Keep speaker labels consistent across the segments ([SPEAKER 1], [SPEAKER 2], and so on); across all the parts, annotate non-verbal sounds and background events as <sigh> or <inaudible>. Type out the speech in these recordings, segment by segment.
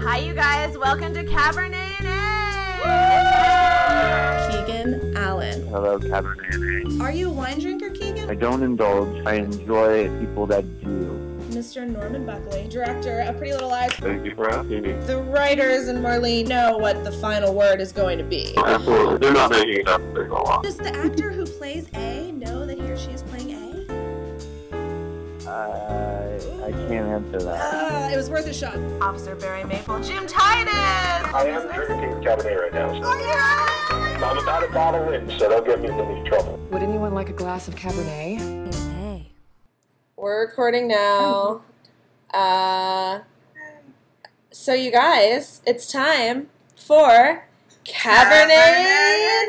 [SPEAKER 1] Hi, you guys. Welcome to Cabernet.
[SPEAKER 2] Keegan Allen.
[SPEAKER 3] Hello, Cabernet.
[SPEAKER 2] Are you a wine drinker, Keegan?
[SPEAKER 3] I don't indulge. I enjoy people that do.
[SPEAKER 2] Mr. Norman Buckley, director of Pretty Little Lies.
[SPEAKER 4] Thank you for asking me.
[SPEAKER 2] The writers and Marlene know what the final word is going to be.
[SPEAKER 4] Absolutely. They're not making it up. There's a lot.
[SPEAKER 2] Does the actor who plays A know that he or she is playing A?
[SPEAKER 3] I I can't answer that.
[SPEAKER 2] Uh, it was worth a shot.
[SPEAKER 1] Officer Barry Maple, Jim Titus.
[SPEAKER 5] I am drinking Cabernet right now, so
[SPEAKER 1] Yeah.
[SPEAKER 5] I'm about a bottle in, so don't get me in any trouble.
[SPEAKER 6] Would anyone like a glass of Cabernet?
[SPEAKER 2] We're recording now. Uh, so, you guys, it's time for Cabernet.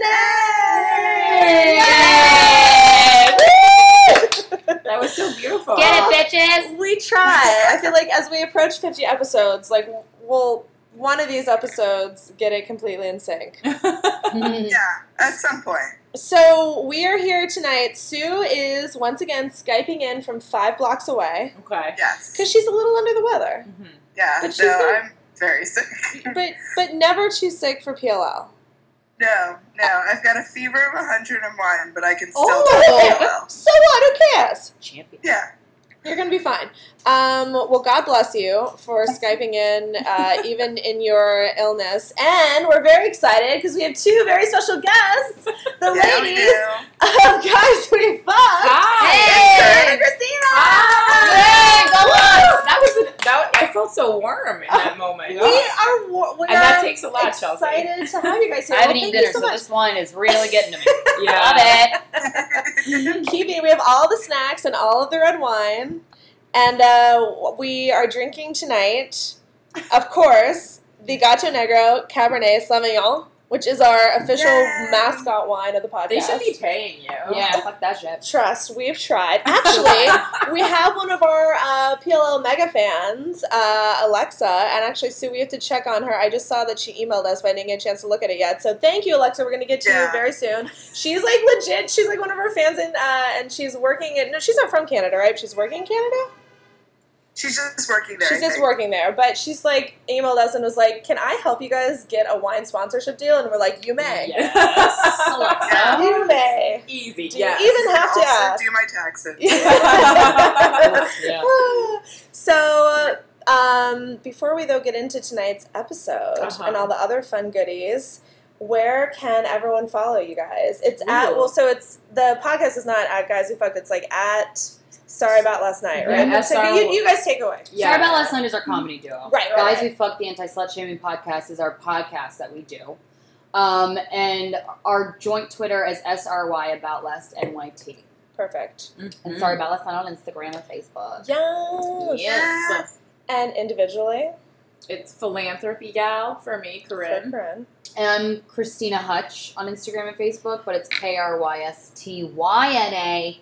[SPEAKER 7] That was so beautiful.
[SPEAKER 1] Get it,
[SPEAKER 2] We try. I feel like as we approach 50 episodes, like we'll one of these episodes get it completely in sync.
[SPEAKER 8] Yeah, at some point.
[SPEAKER 2] So we are here tonight. Sue is once again skyping in from five blocks away
[SPEAKER 7] okay.
[SPEAKER 8] Yes.
[SPEAKER 2] because she's a little under the weather,
[SPEAKER 8] Yeah.
[SPEAKER 2] but she's
[SPEAKER 8] no,
[SPEAKER 2] not-
[SPEAKER 8] I'm very <laughs> sick.
[SPEAKER 2] but but never too sick for PLL.
[SPEAKER 8] no, no. I've got a fever of 101, but I can still
[SPEAKER 2] Oh,
[SPEAKER 8] do well.
[SPEAKER 2] so what? Who cares?
[SPEAKER 7] Champion.
[SPEAKER 8] Yeah.
[SPEAKER 2] You're gonna be fine. Um, well, God bless you for skyping in, uh, even in your illness. And we're very excited because we have two very special guests, the
[SPEAKER 8] Yeah, we
[SPEAKER 2] ladies
[SPEAKER 8] do.
[SPEAKER 2] of Guys We Fuck.
[SPEAKER 7] Hi.
[SPEAKER 2] and Christina.
[SPEAKER 9] Ah!
[SPEAKER 7] Hi. That was a, that, I felt so warm in that moment.
[SPEAKER 2] We
[SPEAKER 9] <laughs>
[SPEAKER 2] are. War- we
[SPEAKER 7] And that
[SPEAKER 2] are
[SPEAKER 7] takes a lot, Chelsea.
[SPEAKER 2] excited to have you guys here.
[SPEAKER 9] I haven't
[SPEAKER 2] Well,
[SPEAKER 9] eaten
[SPEAKER 2] thank
[SPEAKER 9] dinner,
[SPEAKER 2] you so
[SPEAKER 9] so,
[SPEAKER 2] much.
[SPEAKER 9] this wine is really getting to me. Love
[SPEAKER 7] Yeah.
[SPEAKER 9] it.
[SPEAKER 2] Keeping, we have all the snacks and all of the red wine, and uh, we are drinking tonight, of course, the Gato Negro Cabernet Sauvignon, which is our official
[SPEAKER 8] Yay.
[SPEAKER 2] mascot wine of the podcast.
[SPEAKER 7] They should be paying you.
[SPEAKER 9] Yeah, fuck that shit.
[SPEAKER 2] Trust, we've <laughs> tried. Actually, we have one of our uh, PLL mega fans, uh, Alexa, and actually, Sue, we have to check on her. I just saw that she emailed us, but I didn't get a chance to look at it yet. So thank you, Alexa. We're going to get to you
[SPEAKER 8] Yeah.
[SPEAKER 2] very soon. She's like legit. She's like one of our fans, and uh, and she's working. In, no, she's not from Canada, right? She's working in Canada.
[SPEAKER 8] She's just working there.
[SPEAKER 2] She's
[SPEAKER 8] I
[SPEAKER 2] just
[SPEAKER 8] think.
[SPEAKER 2] working there, but she's like emailed us and was like, "Can I help you guys get a wine sponsorship deal?" And we're like, "You may,
[SPEAKER 7] <laughs>
[SPEAKER 9] Yes. Alexa.
[SPEAKER 8] Yeah.
[SPEAKER 2] you may."
[SPEAKER 7] Easy.
[SPEAKER 2] Do you
[SPEAKER 7] <laughs> Yeah.
[SPEAKER 2] even have to
[SPEAKER 8] also
[SPEAKER 2] ask?
[SPEAKER 8] do my taxes.
[SPEAKER 2] <laughs>
[SPEAKER 7] <laughs>
[SPEAKER 9] Yeah.
[SPEAKER 2] so um, before we though get into tonight's episode
[SPEAKER 7] Uh-huh.
[SPEAKER 2] and all the other fun goodies where can everyone follow you guys it's at
[SPEAKER 7] Ooh.
[SPEAKER 2] well so it's the podcast is not at guys who fucked it's like at sorry about last night right
[SPEAKER 7] Yeah,
[SPEAKER 2] So you,
[SPEAKER 7] SRO.
[SPEAKER 2] you guys take away
[SPEAKER 7] Yeah.
[SPEAKER 9] Sorry about last night is our comedy duo.
[SPEAKER 2] Right, right,
[SPEAKER 9] Guys
[SPEAKER 2] right.
[SPEAKER 9] Who Fuck the Anti Slut Shaming podcast is our podcast that we do. Um, and our joint Twitter is SRY About Last NYT.
[SPEAKER 2] perfect
[SPEAKER 9] And
[SPEAKER 7] Mm,
[SPEAKER 9] sorry
[SPEAKER 2] Mm.
[SPEAKER 9] about last night on Instagram and Facebook. Oh,
[SPEAKER 2] yes
[SPEAKER 7] Yes.
[SPEAKER 2] and individually
[SPEAKER 7] It's philanthropy gal for me,
[SPEAKER 2] for
[SPEAKER 7] Corinne.
[SPEAKER 2] Corinne.
[SPEAKER 9] And I'm Christina Hutch on Instagram and Facebook, but it's K R Y S T Y N A.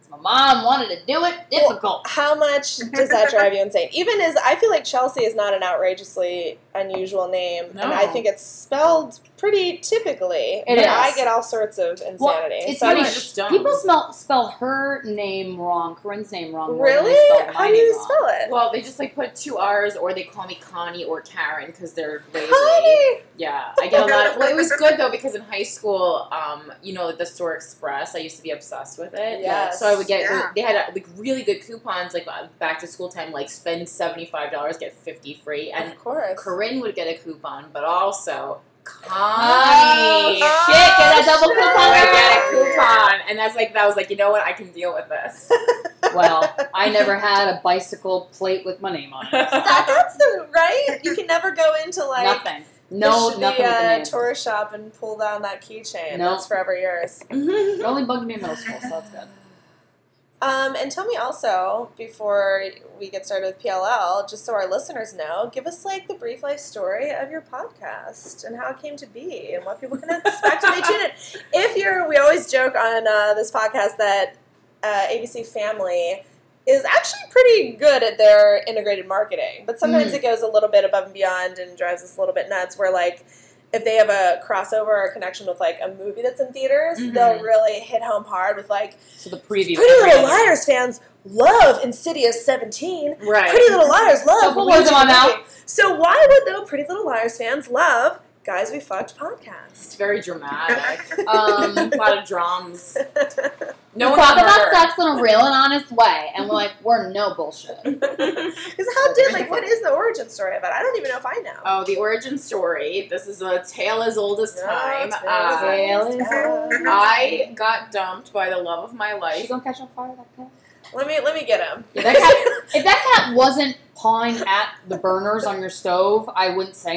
[SPEAKER 9] 'Cause My mom wanted to do it difficult.
[SPEAKER 2] how much does that drive you insane even as i feel like chelsea is not an outrageously unusual name and
[SPEAKER 7] No.
[SPEAKER 2] i think it's spelled pretty typically
[SPEAKER 9] It
[SPEAKER 2] but
[SPEAKER 9] is.
[SPEAKER 2] i get all sorts of insanity
[SPEAKER 9] Well, it's
[SPEAKER 2] so
[SPEAKER 9] funny.
[SPEAKER 2] I'm
[SPEAKER 7] I just don't.
[SPEAKER 9] People smell, spell her name wrong, Corinne's name wrong.
[SPEAKER 2] like,
[SPEAKER 9] more than they
[SPEAKER 2] really
[SPEAKER 9] spell my
[SPEAKER 2] how do you
[SPEAKER 9] name wrong.
[SPEAKER 2] spell it
[SPEAKER 7] Well, they just like put two R's, or they call me Connie or Karen because they're lazy.
[SPEAKER 2] honey
[SPEAKER 7] Yeah, I get a lot of. Well, it was good though because in high school, um, you know, the Store Express, I used to be obsessed with it.
[SPEAKER 2] Yes.
[SPEAKER 7] So I would get.
[SPEAKER 8] Yeah.
[SPEAKER 7] They had uh, like really good coupons, like uh, back to school time, like spend seventy five dollars get fifty free, and
[SPEAKER 2] of course
[SPEAKER 7] Corinne would get a coupon, but also
[SPEAKER 9] Honey,
[SPEAKER 7] Connie.
[SPEAKER 2] Oh,
[SPEAKER 9] shit, get that double
[SPEAKER 2] shit.
[SPEAKER 7] would
[SPEAKER 9] coupon.
[SPEAKER 7] get a coupon, and that's like that was like you know what I can deal with this.
[SPEAKER 9] well, I never had a bicycle plate with my name on it.
[SPEAKER 2] that, that's the right you can never go into like
[SPEAKER 9] nothing.
[SPEAKER 2] the-
[SPEAKER 9] No,
[SPEAKER 2] the,
[SPEAKER 9] nothing
[SPEAKER 2] uh,
[SPEAKER 9] with the
[SPEAKER 2] tourist shop and pull down that keychain
[SPEAKER 9] No.
[SPEAKER 2] that's forever yours
[SPEAKER 9] name. It only bugged me in middle school, so that's good.
[SPEAKER 2] Um, and tell me also before we get started with PLL, just so our listeners know, give us like the brief life story of your podcast and how it came to be and what people can expect when they tune in. If you're, we always joke on uh, this podcast that uh, ABC Family is actually pretty good at their integrated marketing, but sometimes
[SPEAKER 9] Mm.
[SPEAKER 2] it goes a little bit above and beyond and drives us a little bit nuts. Where like if they have a crossover or a connection with like a movie that's in theaters,
[SPEAKER 7] Mhm.
[SPEAKER 2] they'll really hit home hard with like.
[SPEAKER 9] So the preview.
[SPEAKER 2] Pretty Little Liars fans, love Insidious 17.
[SPEAKER 7] Right.
[SPEAKER 2] Pretty Little Liars love.
[SPEAKER 9] Don't put words in my
[SPEAKER 2] Ouija
[SPEAKER 9] mouth.
[SPEAKER 2] Magic. So why would though Pretty Little Liars fans love Guys We Fucked podcast?
[SPEAKER 7] <laughs>
[SPEAKER 2] <laughs>
[SPEAKER 7] It's very dramatic.
[SPEAKER 9] Um,
[SPEAKER 7] a lot of drums. No
[SPEAKER 9] we
[SPEAKER 7] one
[SPEAKER 9] talk
[SPEAKER 7] got
[SPEAKER 9] about
[SPEAKER 7] murdered.
[SPEAKER 9] sex in a real and honest way, and we're like, we're no bullshit.
[SPEAKER 7] <laughs>
[SPEAKER 2] Because how did like what is the origin story of it? I don't even know if I know.
[SPEAKER 7] Oh, the origin story. This is a tale as old as
[SPEAKER 2] Yeah,
[SPEAKER 7] time.
[SPEAKER 2] it's been
[SPEAKER 7] Uh,
[SPEAKER 9] Tale
[SPEAKER 2] a
[SPEAKER 9] is
[SPEAKER 2] long time.
[SPEAKER 7] I got dumped by the love of my
[SPEAKER 9] She
[SPEAKER 7] life.
[SPEAKER 9] gonna catch on fire, that cat?
[SPEAKER 2] Let me let me get him.
[SPEAKER 9] If that cat, if that cat wasn't pawing at the burners on your stove, I wouldn't say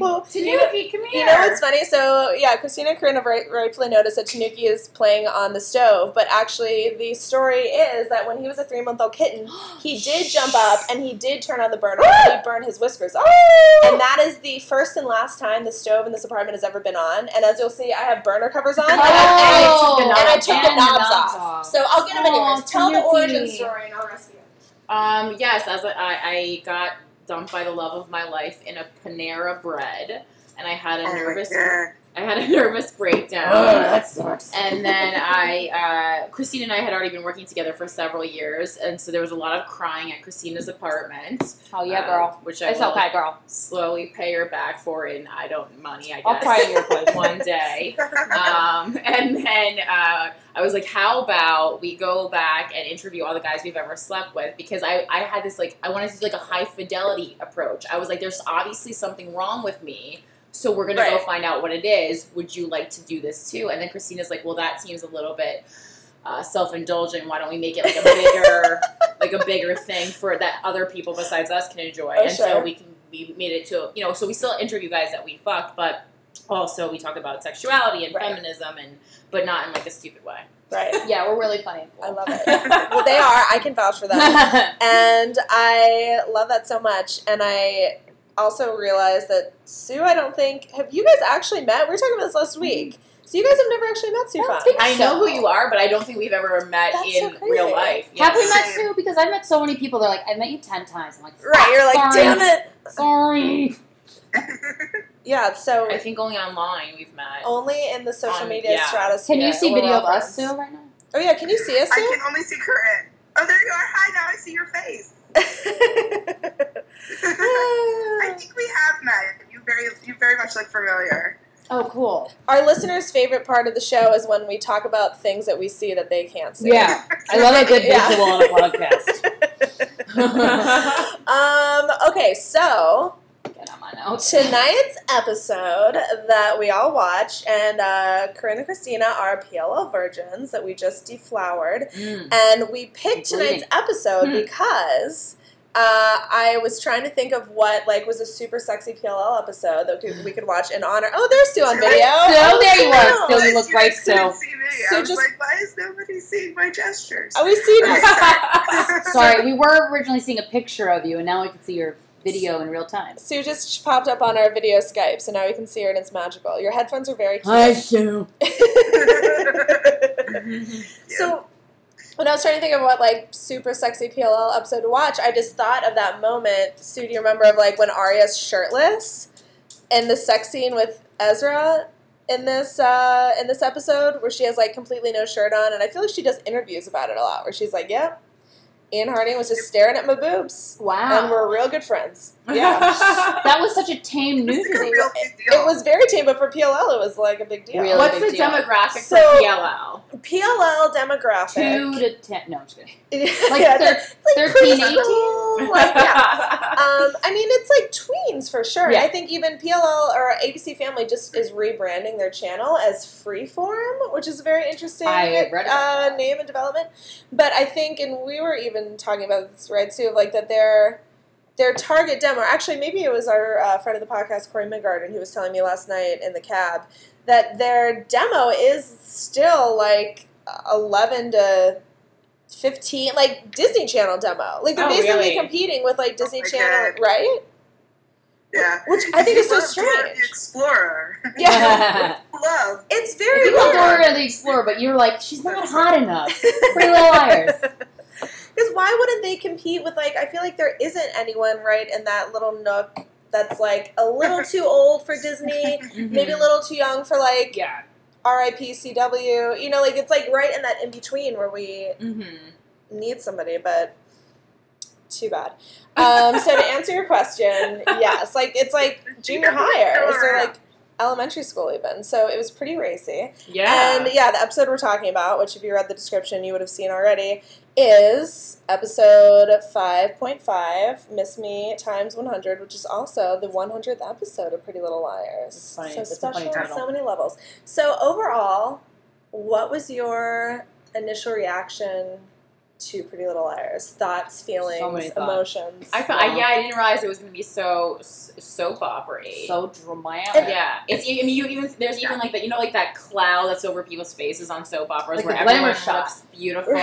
[SPEAKER 2] <laughs>
[SPEAKER 9] <gasps>
[SPEAKER 2] Well,
[SPEAKER 7] Tanuki, come
[SPEAKER 2] You
[SPEAKER 7] here.
[SPEAKER 2] know what's funny? So yeah, Christina Karina right- rightfully noticed that Tanuki is playing on the stove, but actually the story is that when he was a three-month-old kitten, he did jump up and he did turn on the burner and he burned his whiskers off. And that is the first and last time the stove in this apartment has ever been on. And as you'll see, I have burner covers on, and, I,
[SPEAKER 9] Oh,
[SPEAKER 2] and I took the
[SPEAKER 9] and
[SPEAKER 2] knobs, off. Oh, So I'll get him
[SPEAKER 9] Aw,
[SPEAKER 2] anyways. Tell the
[SPEAKER 9] Tanuki.
[SPEAKER 2] origin story, and I'll rescue him.
[SPEAKER 7] Um, yes, as I, I, I got dumped by the love of my life in a Panera bread, and I had a
[SPEAKER 8] Oh my
[SPEAKER 7] nervous,
[SPEAKER 8] god. <laughs>
[SPEAKER 7] I had a <laughs> nervous breakdown.
[SPEAKER 9] sucks.
[SPEAKER 7] and then I, uh, Christine and I had already been working together for several years, and so there was a lot of crying at Christina's apartment.
[SPEAKER 9] Oh yeah,
[SPEAKER 7] uh,
[SPEAKER 9] girl.
[SPEAKER 7] which I
[SPEAKER 9] It's
[SPEAKER 7] will
[SPEAKER 9] okay, girl.
[SPEAKER 7] slowly pay her back for in I don't money. I guess
[SPEAKER 9] I'll cry in your
[SPEAKER 7] <laughs>
[SPEAKER 9] place.
[SPEAKER 7] one day. Um, and then uh, I was like, how about we go back and interview all the guys we've ever slept with? Because I, I had this like, I wanted to do like a high fidelity approach. I was like, there's obviously something wrong with me. So we're gonna
[SPEAKER 2] Right.
[SPEAKER 7] go find out what it is. Would you like to do this too? And then Christina's like, well, that seems a little bit uh, self-indulgent. Why don't we make it like a bigger, like a bigger thing for that other people besides us can enjoy?
[SPEAKER 2] Oh,
[SPEAKER 7] and
[SPEAKER 2] sure.
[SPEAKER 7] so we can we made it to you know. So we still interview guys that we fucked, but also we talk about sexuality and
[SPEAKER 2] Right.
[SPEAKER 7] feminism and but not in like a stupid way.
[SPEAKER 2] Right.
[SPEAKER 9] Yeah, we're really funny.
[SPEAKER 2] I love it. well,
[SPEAKER 7] <laughs>
[SPEAKER 2] they are. I can vouch for them. <laughs> and I love that so much. And I also realized that Sue, I don't think, have you guys actually met? We were talking about this last week. So you guys have never actually met Sue
[SPEAKER 9] I don't
[SPEAKER 2] Fong.
[SPEAKER 9] think
[SPEAKER 7] I know who you are, but I don't think we've ever met
[SPEAKER 2] That's so
[SPEAKER 7] in
[SPEAKER 2] crazy.
[SPEAKER 7] real life.
[SPEAKER 9] Have we
[SPEAKER 7] Yeah.
[SPEAKER 9] met
[SPEAKER 8] Same.
[SPEAKER 9] Sue? Because I've met so many people. They're like, I met you ten times. I'm like,
[SPEAKER 2] Right, you're like,
[SPEAKER 9] sorry,
[SPEAKER 2] damn it.
[SPEAKER 9] Sorry.
[SPEAKER 2] Yeah, it's so
[SPEAKER 7] I think only online we've met.
[SPEAKER 2] only in the social
[SPEAKER 7] Um,
[SPEAKER 2] media
[SPEAKER 7] yeah.
[SPEAKER 2] stratosphere.
[SPEAKER 9] Can you see
[SPEAKER 2] we're
[SPEAKER 9] video
[SPEAKER 2] all
[SPEAKER 9] of us,
[SPEAKER 2] friends.
[SPEAKER 9] Sue, right now?
[SPEAKER 2] Oh, yeah, can you see us,
[SPEAKER 8] I
[SPEAKER 2] Sue?
[SPEAKER 8] can only see current. Oh, there you are. Hi, now I see your face. <laughs> I think we have met. You very, you very much look familiar.
[SPEAKER 9] Oh, cool.
[SPEAKER 2] <laughs> Our listeners' favorite part of the show is when we talk about things that we see that they can't see.
[SPEAKER 9] Yeah, <laughs> I love a good
[SPEAKER 2] Yeah.
[SPEAKER 9] visual on a podcast.
[SPEAKER 2] <laughs> Um, okay, so
[SPEAKER 9] Get on my notes.
[SPEAKER 2] Tonight's episode that we all watched, and uh, Corinne and Christina are PLL virgins that we just deflowered,
[SPEAKER 7] Mm.
[SPEAKER 2] and we picked
[SPEAKER 9] I'm bleeding.
[SPEAKER 2] tonight's episode
[SPEAKER 7] Hmm.
[SPEAKER 2] because uh, I was trying to think of what like was a super sexy PLL episode that we could, we could watch in honor. Oh, there's Sue on
[SPEAKER 8] Sue,
[SPEAKER 2] video.
[SPEAKER 9] Sue,
[SPEAKER 2] Oh,
[SPEAKER 9] there you are.
[SPEAKER 2] Sue.
[SPEAKER 9] Sue, you look
[SPEAKER 8] Yes,
[SPEAKER 9] right,
[SPEAKER 8] you couldn't
[SPEAKER 9] Sue.
[SPEAKER 8] see me.
[SPEAKER 2] Sue,
[SPEAKER 8] I was
[SPEAKER 2] just-
[SPEAKER 8] like, why is nobody seeing my gestures? <laughs>
[SPEAKER 2] Oh, we see now.
[SPEAKER 9] Sorry, we were originally seeing a picture of you, and now we can see your video in real time.
[SPEAKER 2] Sue just popped up on our video Skype, so now you can see her, and it's magical. Your headphones are very cute.
[SPEAKER 9] Sue.
[SPEAKER 2] <laughs> So when I was trying to think of what like super sexy PLL episode to watch, I just thought of that moment. Sue, do you remember of like when Arya's shirtless and the sex scene with Ezra in this uh, in this episode where she has like completely no shirt on, and I feel like she does interviews about it a lot where she's like, "Yep, Ian Harding was just staring at my boobs,
[SPEAKER 9] Wow.
[SPEAKER 2] and we're real good
[SPEAKER 9] <laughs>
[SPEAKER 2] friends." Yeah. <laughs>
[SPEAKER 9] that was such a tame
[SPEAKER 8] It's like
[SPEAKER 9] nudity.
[SPEAKER 8] a real big deal.
[SPEAKER 2] It was very tame, but for PLL, it was like a big deal.
[SPEAKER 9] Really?
[SPEAKER 7] What's the
[SPEAKER 9] big deal.
[SPEAKER 7] demographic
[SPEAKER 2] So-
[SPEAKER 7] for PLL?
[SPEAKER 2] PLL demographic.
[SPEAKER 9] Two to ten. No, I'm just
[SPEAKER 2] <laughs>
[SPEAKER 9] kidding. Like
[SPEAKER 2] yeah,
[SPEAKER 9] thir-
[SPEAKER 2] they're- it's like
[SPEAKER 9] 13,
[SPEAKER 2] preschool, like, yeah. Um, I mean, it's like tweens for sure.
[SPEAKER 9] Yeah.
[SPEAKER 2] I think even PLL or ABC Family just is rebranding their channel as Freeform, which is a very interesting
[SPEAKER 9] I read about
[SPEAKER 2] uh,
[SPEAKER 9] that.
[SPEAKER 2] name and development. But I think, and we were even talking about this, right, Sue, of like that their their target demo. Actually, maybe it was our uh, friend of the podcast, Corey Mingarden, who was telling me last night in the cab that their demo is still like 11 to 15 like disney channel demo like they're
[SPEAKER 7] Oh,
[SPEAKER 2] basically
[SPEAKER 7] really?
[SPEAKER 2] competing with like disney
[SPEAKER 8] my
[SPEAKER 2] channel
[SPEAKER 8] God.
[SPEAKER 2] right <laughs>
[SPEAKER 8] yeah.
[SPEAKER 2] which i think is so
[SPEAKER 8] Love Dora
[SPEAKER 2] strange
[SPEAKER 8] The Explorer. <laughs>
[SPEAKER 2] yeah
[SPEAKER 9] <laughs>
[SPEAKER 8] Love.
[SPEAKER 2] it's very
[SPEAKER 9] People
[SPEAKER 2] weird
[SPEAKER 9] Dora the Explorer, but you're like, she's not hot enough. Pretty
[SPEAKER 2] <laughs>
[SPEAKER 9] Little Liars.
[SPEAKER 2] because why wouldn't they compete with like i feel like there isn't anyone right in that little nook that's like a little <laughs> too old for disney <laughs>
[SPEAKER 9] Mm-hmm.
[SPEAKER 2] maybe a little too young for like
[SPEAKER 9] Yeah.
[SPEAKER 2] rip cw you know like it's like right in that in between where we
[SPEAKER 7] <laughs> Mm-hmm.
[SPEAKER 2] need somebody, but too bad. Um, so to answer your
[SPEAKER 7] <laughs>
[SPEAKER 2] question, yes, like it's like junior high or so like elementary school even. So it was pretty racy.
[SPEAKER 7] Yeah.
[SPEAKER 2] And yeah, the episode we're talking about, which if you read the description you would have seen already, is episode 5.5, Miss Me times 100, which is also the 100th episode of Pretty Little Liars.
[SPEAKER 7] That's funny.
[SPEAKER 2] So
[SPEAKER 7] That's a
[SPEAKER 2] special
[SPEAKER 7] funny
[SPEAKER 2] on
[SPEAKER 7] title.
[SPEAKER 2] so many levels. So overall, what was your initial reaction to Pretty Little Liars? Thoughts, feelings,
[SPEAKER 9] So many thoughts.
[SPEAKER 2] emotions? <laughs>
[SPEAKER 7] I, thought, I yeah, I didn't realize it was going to be so s- soap opera.
[SPEAKER 9] So dramatic.
[SPEAKER 7] yeah, it's. I mean, you even there's even like that. You know, like that cloud that's over people's faces on soap operas,
[SPEAKER 9] Like
[SPEAKER 7] where
[SPEAKER 9] the glamour
[SPEAKER 7] everyone
[SPEAKER 9] shot.
[SPEAKER 7] looks beautiful.
[SPEAKER 9] <laughs>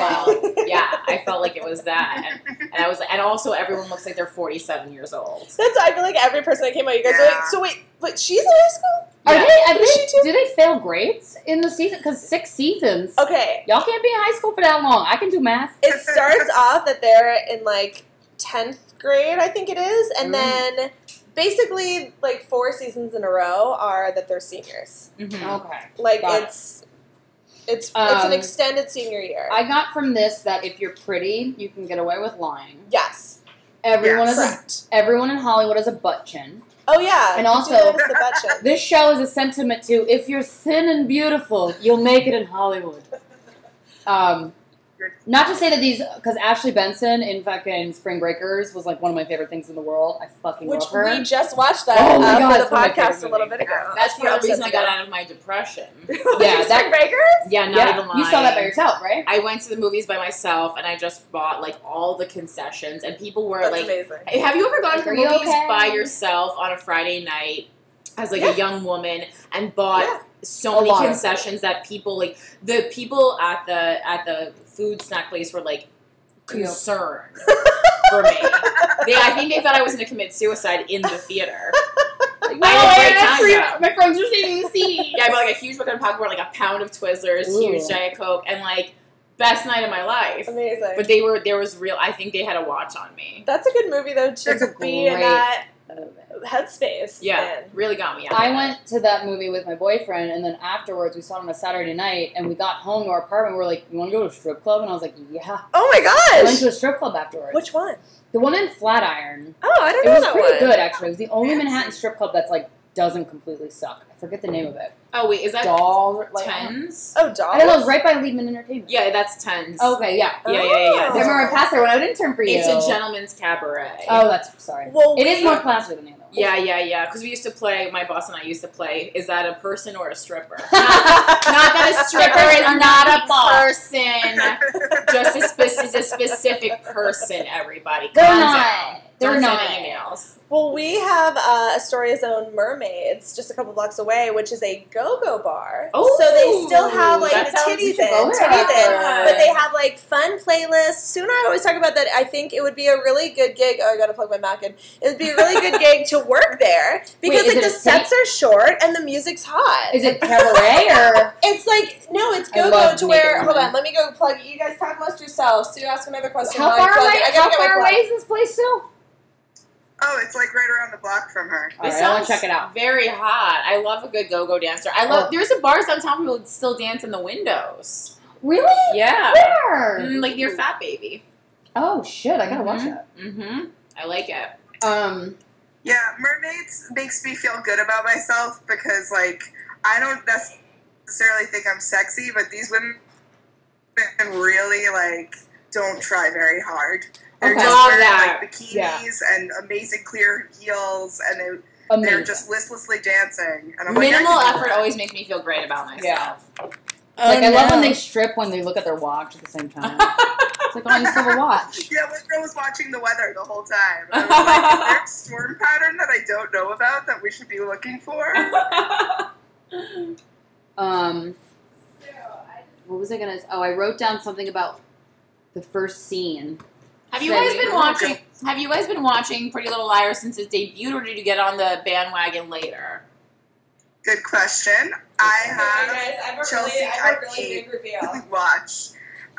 [SPEAKER 7] yeah, I felt like it was that, and, and I was, and also everyone looks like they're 47 years old.
[SPEAKER 2] That's, I feel like every person that came out, you guys are
[SPEAKER 8] Yeah.
[SPEAKER 2] like, so wait, but she's in high school?
[SPEAKER 9] Are
[SPEAKER 7] Yeah.
[SPEAKER 9] they? Are
[SPEAKER 2] Did she
[SPEAKER 9] they do they fail grades in the season? Because six seasons.
[SPEAKER 2] Okay,
[SPEAKER 9] Y'all can't be in high school for that long. I can do math.
[SPEAKER 2] it starts off that they're in like 10th grade i think it is and
[SPEAKER 9] Mm.
[SPEAKER 2] then basically like four seasons in a row are that they're seniors
[SPEAKER 7] Mm-hmm.
[SPEAKER 9] Okay.
[SPEAKER 2] like
[SPEAKER 9] Got it.
[SPEAKER 2] it's it's it's an
[SPEAKER 9] Um,
[SPEAKER 2] extended senior year
[SPEAKER 9] I got from this that if you're pretty, you can get away with lying.
[SPEAKER 2] yes
[SPEAKER 9] Everyone is a,
[SPEAKER 2] correct
[SPEAKER 9] everyone in Hollywood is a butt chin.
[SPEAKER 2] oh yeah
[SPEAKER 9] And
[SPEAKER 2] did you
[SPEAKER 9] also-
[SPEAKER 2] notice the butt chin?
[SPEAKER 9] This show is a sentiment to if you're thin and beautiful, you'll make it in Hollywood. Um, not to say that these, because Ashley Benson in fucking Spring Breakers was like one of my favorite things in the world. I fucking
[SPEAKER 2] which
[SPEAKER 9] love her.
[SPEAKER 2] we just watched that
[SPEAKER 9] Oh my
[SPEAKER 2] uh, for
[SPEAKER 9] God, it's one of my
[SPEAKER 2] the podcast a
[SPEAKER 9] favorite
[SPEAKER 2] little
[SPEAKER 9] movies.
[SPEAKER 2] bit ago
[SPEAKER 7] That's
[SPEAKER 2] We're
[SPEAKER 7] part of the reason I
[SPEAKER 2] obsessed
[SPEAKER 7] got
[SPEAKER 2] with
[SPEAKER 7] out of my depression.
[SPEAKER 9] <laughs>
[SPEAKER 2] it.
[SPEAKER 9] Yeah,
[SPEAKER 2] Spring
[SPEAKER 9] that-
[SPEAKER 2] Breakers?
[SPEAKER 7] Yeah, not
[SPEAKER 9] yeah,
[SPEAKER 7] even lying.
[SPEAKER 9] you saw that by yourself, right?
[SPEAKER 7] I went to the movies by myself, and I just bought like all the concessions, and people were
[SPEAKER 2] That's
[SPEAKER 7] like,
[SPEAKER 2] amazing.
[SPEAKER 7] Hey, have you ever gone to the
[SPEAKER 9] Are you
[SPEAKER 7] movies
[SPEAKER 9] okay?
[SPEAKER 7] by yourself on a Friday night as like
[SPEAKER 2] Yeah.
[SPEAKER 7] a young woman and bought
[SPEAKER 2] Yeah.
[SPEAKER 7] so
[SPEAKER 9] A
[SPEAKER 7] many
[SPEAKER 9] lot.
[SPEAKER 7] concessions that people like the people at the at the food snack place were like
[SPEAKER 9] <laughs>
[SPEAKER 7] concerned for me. They, I think they thought I was going to commit suicide in the theater.
[SPEAKER 9] Like,
[SPEAKER 7] I had a great time,
[SPEAKER 9] you. My friends are saving the seat.
[SPEAKER 7] Yeah, I bought like a huge bucket of popcorn, like a pound of Twizzlers,
[SPEAKER 9] Ooh.
[SPEAKER 7] huge Diet Coke, and like best night of my life.
[SPEAKER 2] amazing
[SPEAKER 7] But they were there was real. I think they had a watch on me.
[SPEAKER 2] that's a good movie though to
[SPEAKER 8] That's a
[SPEAKER 2] be in
[SPEAKER 9] great-
[SPEAKER 2] that headspace
[SPEAKER 7] Yeah,
[SPEAKER 2] in.
[SPEAKER 7] really got me. out of
[SPEAKER 9] I
[SPEAKER 7] it.
[SPEAKER 9] went to that movie with my boyfriend, and then afterwards we saw it on a Saturday night, and we got home to our apartment. We were like, "You want to go to a strip club?" And I was like, "Yeah."
[SPEAKER 2] oh my
[SPEAKER 9] I
[SPEAKER 2] gosh
[SPEAKER 9] went to a strip club afterwards.
[SPEAKER 2] Which one?
[SPEAKER 9] the one in Flatiron.
[SPEAKER 2] Oh, I don't
[SPEAKER 9] It
[SPEAKER 2] know
[SPEAKER 9] was
[SPEAKER 2] that
[SPEAKER 9] pretty
[SPEAKER 2] one.
[SPEAKER 9] good actually. It was the only Manhattan strip club that's like doesn't completely suck. I forget the name of it.
[SPEAKER 7] Oh wait, is that
[SPEAKER 9] Doll like
[SPEAKER 7] tens?
[SPEAKER 2] Oh, dogs.
[SPEAKER 9] I don't know. It was right by Liebman Entertainment.
[SPEAKER 7] Yeah, that's tens.
[SPEAKER 9] Okay. Yeah.
[SPEAKER 7] yeah, yeah, yeah, yeah.
[SPEAKER 2] Oh.
[SPEAKER 9] I remember I passed there when I did intern for you.
[SPEAKER 7] It's a gentleman's cabaret.
[SPEAKER 9] Oh, that's sorry.
[SPEAKER 2] Well,
[SPEAKER 9] It is
[SPEAKER 2] we-
[SPEAKER 9] more classier than the other one.
[SPEAKER 7] Yeah, yeah, yeah. Because we used to play. My boss and I used to play. Is that a person or a
[SPEAKER 9] <laughs>
[SPEAKER 7] stripper? not, not that a stripper is not a person. Just a, spec- is a specific person. Everybody,
[SPEAKER 9] They're
[SPEAKER 7] Calm
[SPEAKER 9] not.
[SPEAKER 7] down.
[SPEAKER 9] They're
[SPEAKER 7] Don't
[SPEAKER 9] not.
[SPEAKER 7] send emails.
[SPEAKER 2] Well, we have uh, Astoria's own Mermaids just a couple blocks away, which is a go-go bar.
[SPEAKER 7] Oh,
[SPEAKER 2] so they still have like
[SPEAKER 7] that
[SPEAKER 2] the
[SPEAKER 7] sounds
[SPEAKER 2] titties in,
[SPEAKER 9] good.
[SPEAKER 2] titties in, but they have like fun playlists. Sue and I always talk about that. I think it would be a really good gig. Oh, I gotta plug my Mac in. It would be a really good gig to work
[SPEAKER 9] <laughs>
[SPEAKER 2] there because
[SPEAKER 9] is
[SPEAKER 2] like
[SPEAKER 9] it
[SPEAKER 2] the
[SPEAKER 9] a
[SPEAKER 2] sets are short and the music's hot.
[SPEAKER 9] Is
[SPEAKER 2] <laughs>
[SPEAKER 9] it cabaret or?
[SPEAKER 2] It's like no, it's
[SPEAKER 9] I
[SPEAKER 2] go go
[SPEAKER 9] love
[SPEAKER 2] to where.
[SPEAKER 9] naked
[SPEAKER 2] Hold
[SPEAKER 9] women.
[SPEAKER 2] on, let me go plug. You guys talk amongst yourselves. Sue, ask another question.
[SPEAKER 9] How
[SPEAKER 2] while I
[SPEAKER 9] far
[SPEAKER 2] plug
[SPEAKER 9] away?
[SPEAKER 2] it. I
[SPEAKER 9] How
[SPEAKER 2] gotta get my
[SPEAKER 9] far
[SPEAKER 2] plug.
[SPEAKER 9] away is this place, Sue?
[SPEAKER 8] <laughs> Oh, it's like right around the block from her.
[SPEAKER 9] All
[SPEAKER 7] This
[SPEAKER 9] right, I wanna
[SPEAKER 7] sounds
[SPEAKER 9] check it out.
[SPEAKER 7] Very hot. I love a good go-go dancer. I love.
[SPEAKER 9] Oh.
[SPEAKER 7] There's a bars downtown people still dance in the windows.
[SPEAKER 9] Really?
[SPEAKER 7] Yeah,
[SPEAKER 9] Where?
[SPEAKER 7] Mm, like near Fat Baby.
[SPEAKER 9] Oh shit! I gotta watch
[SPEAKER 7] Mhm.
[SPEAKER 9] that.
[SPEAKER 7] Mm-hmm. I like it.
[SPEAKER 9] Um,
[SPEAKER 8] Yeah, mermaids makes me feel good about myself because like I don't necessarily think I'm sexy, but these women really like don't try very hard. They're
[SPEAKER 9] Okay.
[SPEAKER 8] just
[SPEAKER 7] Love
[SPEAKER 8] wearing
[SPEAKER 7] that.
[SPEAKER 8] like bikinis
[SPEAKER 9] Yeah.
[SPEAKER 8] and amazing clear heels, and they
[SPEAKER 9] amazing.
[SPEAKER 8] they're just listlessly dancing. And I'm like,
[SPEAKER 7] Minimal
[SPEAKER 8] I can do
[SPEAKER 7] effort
[SPEAKER 8] that.
[SPEAKER 7] always makes me feel great about myself.
[SPEAKER 9] Yeah. like I
[SPEAKER 2] Um,
[SPEAKER 9] love when they strip when they look at their watch at the
[SPEAKER 2] <laughs>
[SPEAKER 9] same time. it's like oh, I just have a watch.
[SPEAKER 8] Yeah, my girl was watching the weather the whole time. I was like,
[SPEAKER 2] <laughs>
[SPEAKER 8] is there a storm pattern that I don't know about that we should be looking for?
[SPEAKER 9] Um, what was I gonna? Oh, I wrote down something about the first scene.
[SPEAKER 7] Have you
[SPEAKER 9] Then
[SPEAKER 7] guys
[SPEAKER 9] we
[SPEAKER 7] been
[SPEAKER 9] were
[SPEAKER 7] watching? Have you guys been watching Pretty Little Liars since its debuted, or did you get on the bandwagon later?
[SPEAKER 8] Good question. I have.
[SPEAKER 2] Okay, guys, I have a
[SPEAKER 8] Chelsea,
[SPEAKER 2] really, I have a
[SPEAKER 8] I
[SPEAKER 2] really big reveal.
[SPEAKER 8] watch.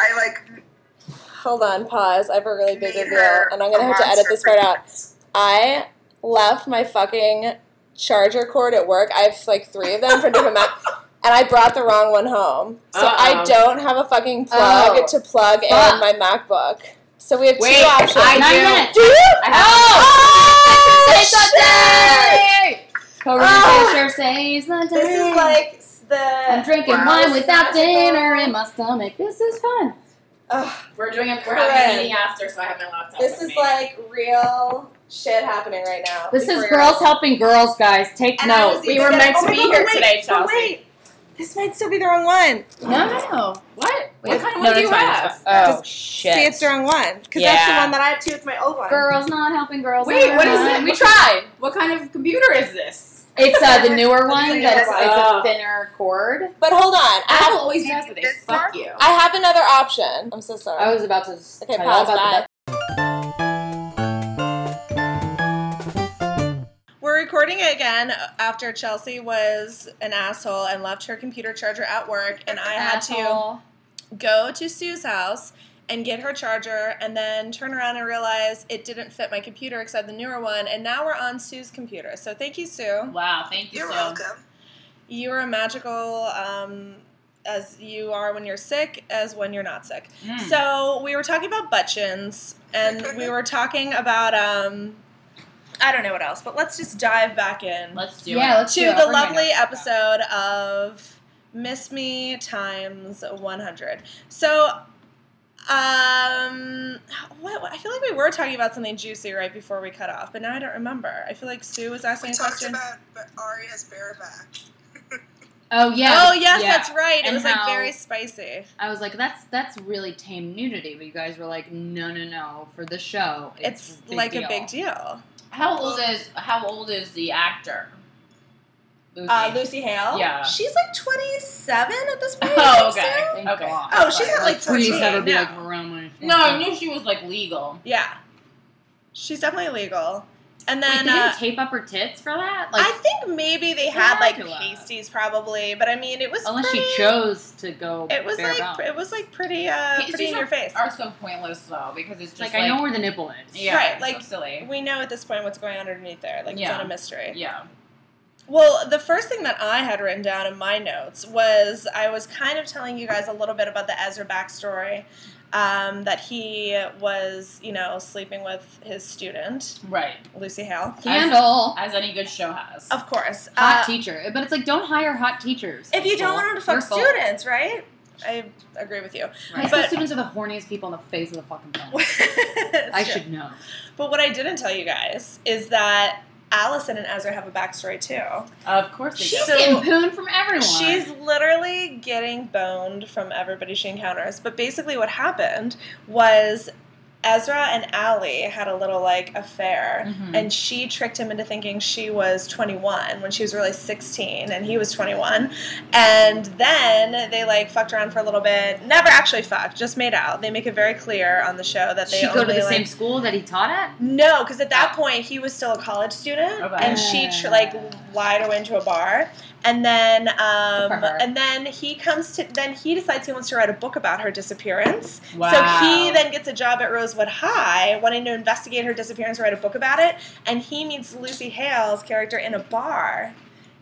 [SPEAKER 8] I like
[SPEAKER 2] Hold on, pause. I have a really big
[SPEAKER 8] Made
[SPEAKER 2] reveal,
[SPEAKER 8] her
[SPEAKER 2] and I'm gonna
[SPEAKER 8] a
[SPEAKER 2] have to edit
[SPEAKER 8] monster
[SPEAKER 2] this part out. I left my fucking charger cord at work. I have like three of them for different Mac. and I brought the wrong one home. So I
[SPEAKER 7] Uh-oh.
[SPEAKER 2] don't have a fucking plug
[SPEAKER 9] Oh.
[SPEAKER 2] to plug in
[SPEAKER 9] Fuck.
[SPEAKER 2] my MacBook. So we have
[SPEAKER 7] Wait,
[SPEAKER 2] two options.
[SPEAKER 7] I
[SPEAKER 9] Nine
[SPEAKER 7] do.
[SPEAKER 9] minutes.
[SPEAKER 2] do you?
[SPEAKER 7] I
[SPEAKER 2] Oh,
[SPEAKER 9] Saves the day! Corona
[SPEAKER 2] Ah.
[SPEAKER 9] Fisher saves the day.
[SPEAKER 2] This is like s-
[SPEAKER 9] I'm
[SPEAKER 2] the.
[SPEAKER 9] drinking
[SPEAKER 8] Wow.
[SPEAKER 9] wine without dinner in my stomach. This is fun.
[SPEAKER 2] Ugh,
[SPEAKER 7] We're doing it. We're
[SPEAKER 2] Correct.
[SPEAKER 7] having a meeting after, so I have my laptop.
[SPEAKER 2] this
[SPEAKER 7] with
[SPEAKER 2] is
[SPEAKER 7] me.
[SPEAKER 2] like real shit happening right now.
[SPEAKER 9] This
[SPEAKER 2] Before
[SPEAKER 9] is
[SPEAKER 2] your
[SPEAKER 9] girls
[SPEAKER 2] eyes.
[SPEAKER 9] helping girls, guys. Take
[SPEAKER 2] And I
[SPEAKER 9] note.
[SPEAKER 2] was
[SPEAKER 7] We
[SPEAKER 2] even
[SPEAKER 7] were
[SPEAKER 2] gonna-
[SPEAKER 7] meant
[SPEAKER 2] oh
[SPEAKER 7] to
[SPEAKER 2] my
[SPEAKER 7] be
[SPEAKER 2] God,
[SPEAKER 7] here
[SPEAKER 2] wait,
[SPEAKER 7] today,
[SPEAKER 2] but
[SPEAKER 7] Chelsea.
[SPEAKER 2] Wait, this might still be the wrong one.
[SPEAKER 9] No.
[SPEAKER 7] What?
[SPEAKER 9] Wait,
[SPEAKER 7] What kind of
[SPEAKER 9] no,
[SPEAKER 7] one do you
[SPEAKER 9] that's fine,
[SPEAKER 7] have?
[SPEAKER 9] that's fine. Oh
[SPEAKER 2] Just
[SPEAKER 9] shit.
[SPEAKER 2] See, it's the wrong one because that's the
[SPEAKER 9] Yeah.
[SPEAKER 2] one that I have too. It's my old one.
[SPEAKER 9] Girls not helping girls.
[SPEAKER 7] Wait,
[SPEAKER 9] not
[SPEAKER 7] what is
[SPEAKER 9] helping.
[SPEAKER 7] it?
[SPEAKER 9] We tried.
[SPEAKER 7] What kind of computer is this?
[SPEAKER 9] It's uh, the newer
[SPEAKER 2] It's
[SPEAKER 9] one
[SPEAKER 2] the
[SPEAKER 9] that's
[SPEAKER 2] newer
[SPEAKER 9] it's
[SPEAKER 7] one.
[SPEAKER 9] a thinner cord.
[SPEAKER 2] But hold on, I
[SPEAKER 7] Apple
[SPEAKER 2] have,
[SPEAKER 7] always does, but they
[SPEAKER 8] This
[SPEAKER 7] fuck you.
[SPEAKER 2] I have another option. I'm so sorry.
[SPEAKER 9] I was about to
[SPEAKER 2] Okay,
[SPEAKER 9] tell you all
[SPEAKER 2] pause,
[SPEAKER 9] about
[SPEAKER 2] bye.
[SPEAKER 9] the
[SPEAKER 2] We're recording it again after Chelsea was an asshole and left her computer charger at work, and I had to
[SPEAKER 9] Asshole.
[SPEAKER 2] go to Sue's house and get her charger, and then turn around and realize it didn't fit my computer except the newer one, and now we're on Sue's computer. So thank you, Sue.
[SPEAKER 9] Wow, thank
[SPEAKER 8] You're welcome.
[SPEAKER 2] You are magical um, as you are when you're sick, as when you're not sick. So we were talking about butchins,
[SPEAKER 8] <laughs>
[SPEAKER 2] and we were talking about um, I don't know what else, but let's just dive back in.
[SPEAKER 7] Let's do
[SPEAKER 9] Yeah, let's
[SPEAKER 2] to
[SPEAKER 9] do it.
[SPEAKER 2] the
[SPEAKER 9] Bring my
[SPEAKER 2] lovely
[SPEAKER 9] notes.
[SPEAKER 2] episode of Miss Me times 100. So, um, what, I feel like we were talking about something juicy right before we cut off, but now I don't remember. I feel like Sue was asking
[SPEAKER 8] We
[SPEAKER 2] a
[SPEAKER 8] talked
[SPEAKER 2] question.
[SPEAKER 8] about but Arya's bareback.
[SPEAKER 9] Oh yeah.
[SPEAKER 2] oh, yes,
[SPEAKER 9] yeah.
[SPEAKER 2] that's right. It
[SPEAKER 9] And
[SPEAKER 2] was like
[SPEAKER 9] how-
[SPEAKER 2] very spicy.
[SPEAKER 9] I was like, that's that's really tame nudity, but you guys were like, no, no, no, for the show,
[SPEAKER 2] It's,
[SPEAKER 9] it's,
[SPEAKER 2] like a big deal.
[SPEAKER 7] How old is how old is the actor? Lucy.
[SPEAKER 2] Uh, Lucy Hale?
[SPEAKER 7] Yeah.
[SPEAKER 2] She's like 27 at this <laughs>
[SPEAKER 9] <laughs>
[SPEAKER 2] point. I
[SPEAKER 7] oh,
[SPEAKER 2] think,
[SPEAKER 7] okay.
[SPEAKER 2] Sue?
[SPEAKER 9] Thank
[SPEAKER 7] okay.
[SPEAKER 9] God.
[SPEAKER 2] Oh, she's not like
[SPEAKER 9] Like please
[SPEAKER 2] 14
[SPEAKER 9] have her be
[SPEAKER 2] now.
[SPEAKER 9] like Moroni.
[SPEAKER 7] No, I knew she was like legal.
[SPEAKER 2] Yeah. She's definitely legal. And
[SPEAKER 9] Wait,
[SPEAKER 2] then
[SPEAKER 9] they
[SPEAKER 2] uh,
[SPEAKER 9] didn't tape up her tits for that, like
[SPEAKER 2] I think maybe they
[SPEAKER 9] They
[SPEAKER 2] had
[SPEAKER 9] had
[SPEAKER 2] like
[SPEAKER 9] to have.
[SPEAKER 2] pasties, probably. But I mean, it was
[SPEAKER 9] unless
[SPEAKER 2] pretty,
[SPEAKER 9] she chose to go.
[SPEAKER 2] It was
[SPEAKER 9] bare
[SPEAKER 2] like
[SPEAKER 9] bone.
[SPEAKER 2] pr- it was like pretty uh,
[SPEAKER 7] Pasties
[SPEAKER 2] pretty in
[SPEAKER 7] are-
[SPEAKER 2] your face.
[SPEAKER 7] Are so pointless though because it's
[SPEAKER 9] It's
[SPEAKER 7] just
[SPEAKER 9] like, I know where the nipple is.
[SPEAKER 7] yeah,
[SPEAKER 2] Right,
[SPEAKER 7] it's
[SPEAKER 2] like-
[SPEAKER 7] so silly.
[SPEAKER 2] We know at this point what's going on underneath there. Like it's
[SPEAKER 7] Yeah.
[SPEAKER 2] not a mystery.
[SPEAKER 7] Yeah.
[SPEAKER 2] Well, the first thing that I had written down in my notes was I was kind of telling you guys a little bit about the Ezra backstory. Um, that he was, you know, sleeping with his student,
[SPEAKER 7] Right.
[SPEAKER 2] Lucy Hale.
[SPEAKER 9] Candle,
[SPEAKER 2] Uh,
[SPEAKER 7] As any good show has.
[SPEAKER 2] Of course.
[SPEAKER 9] hot
[SPEAKER 2] Uh,
[SPEAKER 9] teacher, but it's like don't hire hot teachers.
[SPEAKER 2] if you don't
[SPEAKER 9] asshole.
[SPEAKER 2] want him to fuck
[SPEAKER 9] Your fault.
[SPEAKER 2] students, right? I agree with you. <laughs>
[SPEAKER 9] high school
[SPEAKER 2] but-
[SPEAKER 9] students are the horniest people on the face of the fucking planet. I
[SPEAKER 2] I
[SPEAKER 9] should know.
[SPEAKER 2] But what I didn't tell you guys is that Allison and Ezra have a backstory too.
[SPEAKER 7] Of course they
[SPEAKER 2] She's
[SPEAKER 7] do.
[SPEAKER 2] So-
[SPEAKER 9] Getting poon from everyone.
[SPEAKER 2] She's literally getting boned from everybody she encounters. But basically, what happened was Ezra and Allie had a little like affair.
[SPEAKER 9] Mm-hmm.
[SPEAKER 7] Mhm.
[SPEAKER 2] And she tricked him into thinking she was 21 when she was really 16 and he was 21. And then they like fucked around for a little bit. Never actually fucked, just made out. They make it very clear on the show that they
[SPEAKER 9] she go to
[SPEAKER 2] only,
[SPEAKER 9] the
[SPEAKER 2] like,
[SPEAKER 9] same school that he taught at.
[SPEAKER 2] No, because at that point he was still a college student,
[SPEAKER 7] Okay.
[SPEAKER 2] and she tr- like lied her way into a bar, and then um,
[SPEAKER 9] Good for her.
[SPEAKER 2] and then he comes to then he decides he wants to write a book about her disappearance.
[SPEAKER 7] wow.
[SPEAKER 2] So he then gets a job at Rosewood High, wanting to investigate her disappearance, write a book about it, and he meets Lucy Hale's character in a bar,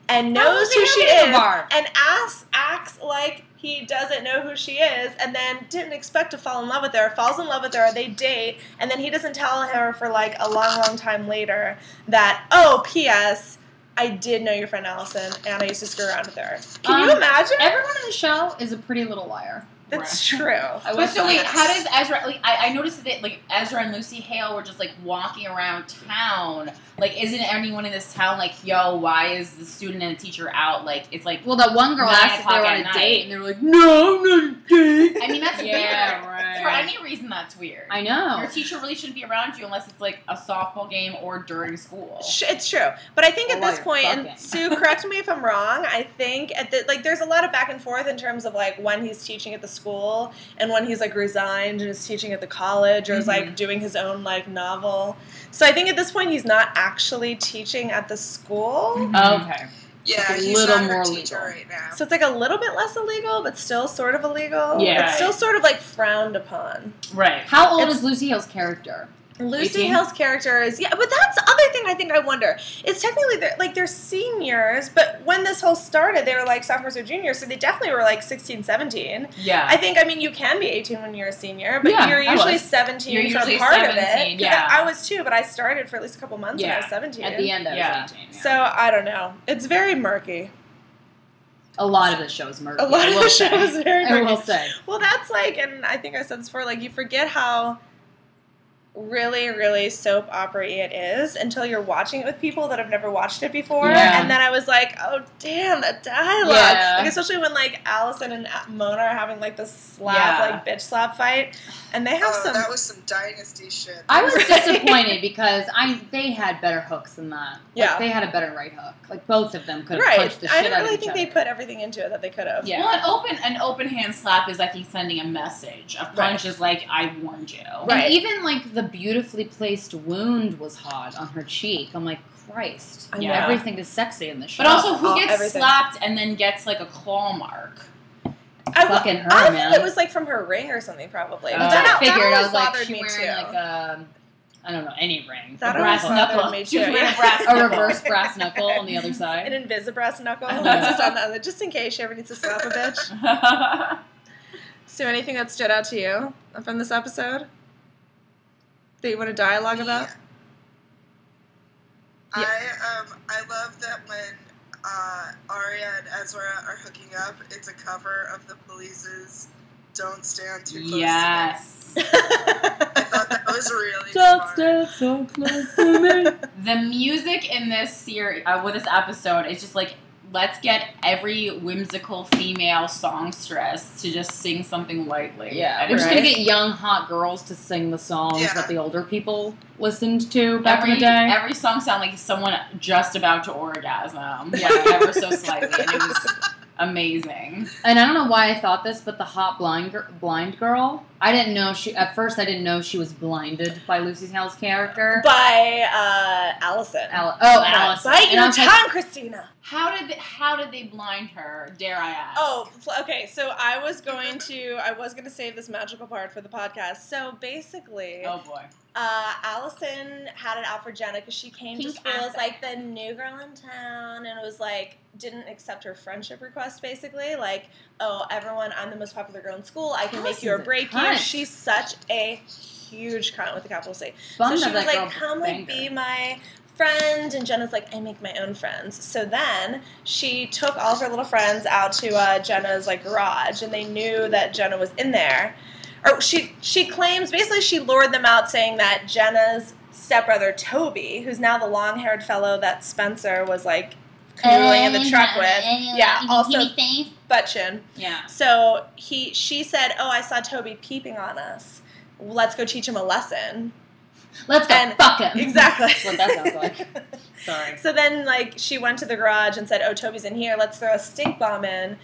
[SPEAKER 2] and
[SPEAKER 9] How
[SPEAKER 2] knows
[SPEAKER 9] does
[SPEAKER 2] who
[SPEAKER 9] he
[SPEAKER 2] she
[SPEAKER 9] know me in a
[SPEAKER 2] is,
[SPEAKER 9] bar?
[SPEAKER 2] and asks acts like. He doesn't know who she is, and then didn't expect to fall in love with her. Falls in love with her. They date, and then he doesn't tell her for like a long, long time later that, oh, P.S., I did know your friend Allison and I used to screw around with her. Can you
[SPEAKER 9] Um,
[SPEAKER 2] imagine?
[SPEAKER 9] Everyone in the show is a pretty little liar.
[SPEAKER 2] That's true.
[SPEAKER 9] <laughs> I
[SPEAKER 7] But
[SPEAKER 9] was
[SPEAKER 7] so wait, how does Ezra? Like, I, I noticed that like Ezra and Lucy Hale were just like walking around town. Like, isn't anyone in this town like, yo, why is the student and the teacher out? Like, it's like,
[SPEAKER 9] Well, that one girl
[SPEAKER 7] Nine
[SPEAKER 9] asked if they
[SPEAKER 7] o'clock
[SPEAKER 9] were
[SPEAKER 7] at
[SPEAKER 9] on a
[SPEAKER 7] night.
[SPEAKER 9] date, and they were like, "No, I'm not dating."
[SPEAKER 7] I mean, that's
[SPEAKER 9] yeah,
[SPEAKER 7] weird.
[SPEAKER 9] right.
[SPEAKER 7] For any reason, that's weird.
[SPEAKER 9] I know.
[SPEAKER 7] Your teacher really shouldn't be around you unless it's like a softball game or during school.
[SPEAKER 2] Sh- It's true, but I think at
[SPEAKER 9] Well,
[SPEAKER 2] this
[SPEAKER 9] Oh, you're
[SPEAKER 2] point, and
[SPEAKER 9] fucking.
[SPEAKER 2] Sue, correct me if I'm wrong. I think at the like, there's a lot of back and forth in terms of like when he's teaching at the school and when he's like resigned and is teaching at the college or is
[SPEAKER 9] Mm-hmm.
[SPEAKER 2] like doing his own like novel. So I think at this point, he's not actually teaching at the
[SPEAKER 9] Mm-hmm.
[SPEAKER 2] school.
[SPEAKER 7] Oh,
[SPEAKER 9] Okay.
[SPEAKER 8] Yeah,
[SPEAKER 9] It's a
[SPEAKER 8] he's
[SPEAKER 9] little
[SPEAKER 8] not her
[SPEAKER 9] more
[SPEAKER 8] teacher
[SPEAKER 9] legal.
[SPEAKER 8] right now.
[SPEAKER 2] So it's like a little bit less illegal, but still sort of illegal.
[SPEAKER 9] Yeah.
[SPEAKER 2] It's still sort of like frowned upon.
[SPEAKER 7] Right.
[SPEAKER 9] How old
[SPEAKER 2] It's-
[SPEAKER 9] is Lucy Hale's character?
[SPEAKER 2] Lucy
[SPEAKER 7] 18?
[SPEAKER 2] Hill's character is yeah, but that's the other thing I think I wonder. It's technically they're, like they're seniors, but when this whole started, they were like sophomores or juniors, so they definitely were like 16, 17.
[SPEAKER 7] Yeah.
[SPEAKER 2] I think I mean you can be 18 when you're a senior, but
[SPEAKER 7] Yeah,
[SPEAKER 2] you're
[SPEAKER 7] I
[SPEAKER 2] usually
[SPEAKER 7] was.
[SPEAKER 2] 17
[SPEAKER 7] You're
[SPEAKER 2] for
[SPEAKER 7] usually
[SPEAKER 2] part of it.
[SPEAKER 7] 17,
[SPEAKER 2] 'Cause
[SPEAKER 7] yeah.
[SPEAKER 2] I, I was too, but I started for at least a couple months when I was
[SPEAKER 7] Yeah,
[SPEAKER 2] 17.
[SPEAKER 9] At the end, I was
[SPEAKER 7] Yeah.
[SPEAKER 9] 18. yeah.
[SPEAKER 2] So I don't know. It's very murky.
[SPEAKER 9] a lot of the show's murky.
[SPEAKER 2] A lot
[SPEAKER 9] I
[SPEAKER 2] of
[SPEAKER 9] will
[SPEAKER 2] the show
[SPEAKER 9] say.
[SPEAKER 2] is very
[SPEAKER 9] I will
[SPEAKER 2] murky.
[SPEAKER 9] say.
[SPEAKER 2] Well, that's like, and I think I said this before, like you forget how really, really soap opera it is until you're watching it with people that have never watched it before.
[SPEAKER 9] Yeah.
[SPEAKER 2] And then I was like, oh damn, that dialogue.
[SPEAKER 9] Yeah.
[SPEAKER 2] Like especially when like Allison and Mona are having like this slap,
[SPEAKER 7] Yeah.
[SPEAKER 2] like bitch slap fight, and they have
[SPEAKER 8] Oh,
[SPEAKER 2] some.
[SPEAKER 8] that was some dynasty shit.
[SPEAKER 9] I was
[SPEAKER 2] Right.
[SPEAKER 9] disappointed because I they had better hooks than that. Like,
[SPEAKER 2] Yeah.
[SPEAKER 9] they had a better right hook. Like both of them could have
[SPEAKER 2] right.
[SPEAKER 9] punched the
[SPEAKER 2] I
[SPEAKER 9] shit
[SPEAKER 2] don't
[SPEAKER 9] out
[SPEAKER 2] really
[SPEAKER 9] of each
[SPEAKER 2] think
[SPEAKER 9] other.
[SPEAKER 2] they put everything into it that they could have.
[SPEAKER 9] Yeah.
[SPEAKER 7] Well, an open an open hand slap is I think sending a message. A punch is like I warned you.
[SPEAKER 2] Right.
[SPEAKER 9] And even like the beautifully placed wound was hot on her cheek. I'm like, Christ!
[SPEAKER 2] I
[SPEAKER 7] Yeah.
[SPEAKER 2] know.
[SPEAKER 9] Everything is sexy in this show.
[SPEAKER 7] But also, who
[SPEAKER 2] Oh,
[SPEAKER 7] gets
[SPEAKER 2] everything.
[SPEAKER 7] slapped and then gets like a claw mark?
[SPEAKER 2] I,
[SPEAKER 9] fucking her,
[SPEAKER 2] I
[SPEAKER 9] man.
[SPEAKER 2] think it was like from her ring or something, probably.
[SPEAKER 7] Uh,
[SPEAKER 9] That's
[SPEAKER 2] that,
[SPEAKER 9] what I
[SPEAKER 2] that
[SPEAKER 9] figured. I
[SPEAKER 2] always
[SPEAKER 9] was like,
[SPEAKER 2] bothered
[SPEAKER 9] she
[SPEAKER 2] me
[SPEAKER 9] wearing
[SPEAKER 2] too.
[SPEAKER 9] like a, I don't know, any ring,
[SPEAKER 2] That
[SPEAKER 9] a
[SPEAKER 2] always
[SPEAKER 9] brass
[SPEAKER 2] bothered
[SPEAKER 9] knuckle, <laughs>
[SPEAKER 2] me
[SPEAKER 7] She was
[SPEAKER 2] too.
[SPEAKER 7] wearing a brass
[SPEAKER 9] a
[SPEAKER 7] knuckle.
[SPEAKER 9] reverse brass knuckle
[SPEAKER 2] <laughs>
[SPEAKER 9] on the other side. <laughs>
[SPEAKER 2] An invisibrass knuckle.
[SPEAKER 7] Uh-huh.
[SPEAKER 2] That's just on the other, just in case she ever needs to slap a bitch. So, anything that stood out to you from this episode that you want to dialogue about? Yeah.
[SPEAKER 8] I um I love that when uh, Arya and Ezra are hooking up, it's a cover of the Police's "Don't Stand Too Close."
[SPEAKER 7] yes.
[SPEAKER 8] To me. I thought that was really
[SPEAKER 9] <laughs> Don't
[SPEAKER 8] smart.
[SPEAKER 9] stand so close to me.
[SPEAKER 7] The music in this series, uh, with this episode, is just like let's get every whimsical female songstress to just sing something lightly.
[SPEAKER 9] Yeah,
[SPEAKER 7] And
[SPEAKER 9] we're
[SPEAKER 7] it's
[SPEAKER 9] just gonna
[SPEAKER 7] just
[SPEAKER 9] get young hot girls to sing the songs
[SPEAKER 8] Yeah.
[SPEAKER 9] that the older people listened to back
[SPEAKER 7] Every,
[SPEAKER 9] in the day.
[SPEAKER 7] every song sounded like someone just about to orgasm, like ever so slightly, and it was amazing.
[SPEAKER 9] and I don't know why I thought this, but the hot blind gir- blind girl, I didn't know she at first. I didn't know she was blinded by Lucy Hale's character.
[SPEAKER 2] By uh, Allison.
[SPEAKER 9] Al- oh,
[SPEAKER 2] By-
[SPEAKER 9] Alice.
[SPEAKER 2] By
[SPEAKER 9] And
[SPEAKER 2] your
[SPEAKER 9] I was like,
[SPEAKER 2] tongue, Christina.
[SPEAKER 7] How did they, how did they blind her? Dare I ask?
[SPEAKER 2] Oh, fl- okay. So I was going to, I was going to save this magical part for the podcast. So basically,
[SPEAKER 7] oh boy.
[SPEAKER 2] uh, Allison had it out for Jenna because she came to
[SPEAKER 7] Pink
[SPEAKER 2] school as
[SPEAKER 7] acid.
[SPEAKER 2] like the new girl in town and was like didn't accept her friendship request basically like oh everyone I'm the most popular girl in school I can make you or
[SPEAKER 9] Allison's a
[SPEAKER 2] break you
[SPEAKER 9] cunt.
[SPEAKER 2] she's such a huge cunt with a capital C
[SPEAKER 9] bummed
[SPEAKER 2] so she
[SPEAKER 9] that
[SPEAKER 2] was
[SPEAKER 9] that
[SPEAKER 2] like,
[SPEAKER 9] girl
[SPEAKER 2] come like
[SPEAKER 9] banged
[SPEAKER 2] be
[SPEAKER 9] her."
[SPEAKER 2] my friend, and Jenna's like, I make my own friends. So then she took all of her little friends out to uh, Jenna's like garage, and they knew that Jenna was in there. Or she she claims basically she lured them out saying that Jenna's stepbrother Toby, who's now the long haired fellow that Spencer was like canoeing in the truck with, yeah, also butt chin.
[SPEAKER 7] Yeah.
[SPEAKER 2] So he, she said, "Oh, I saw Toby peeping on us. Let's go teach him a lesson."
[SPEAKER 9] Let's go
[SPEAKER 2] and-
[SPEAKER 9] fuck <laughs> him.
[SPEAKER 2] Exactly.
[SPEAKER 9] That's what that sounds like.
[SPEAKER 2] <laughs>
[SPEAKER 9] Sorry.
[SPEAKER 2] So then, like, she went to the garage and said, "Oh, Toby's in here. Let's throw a stink bomb in."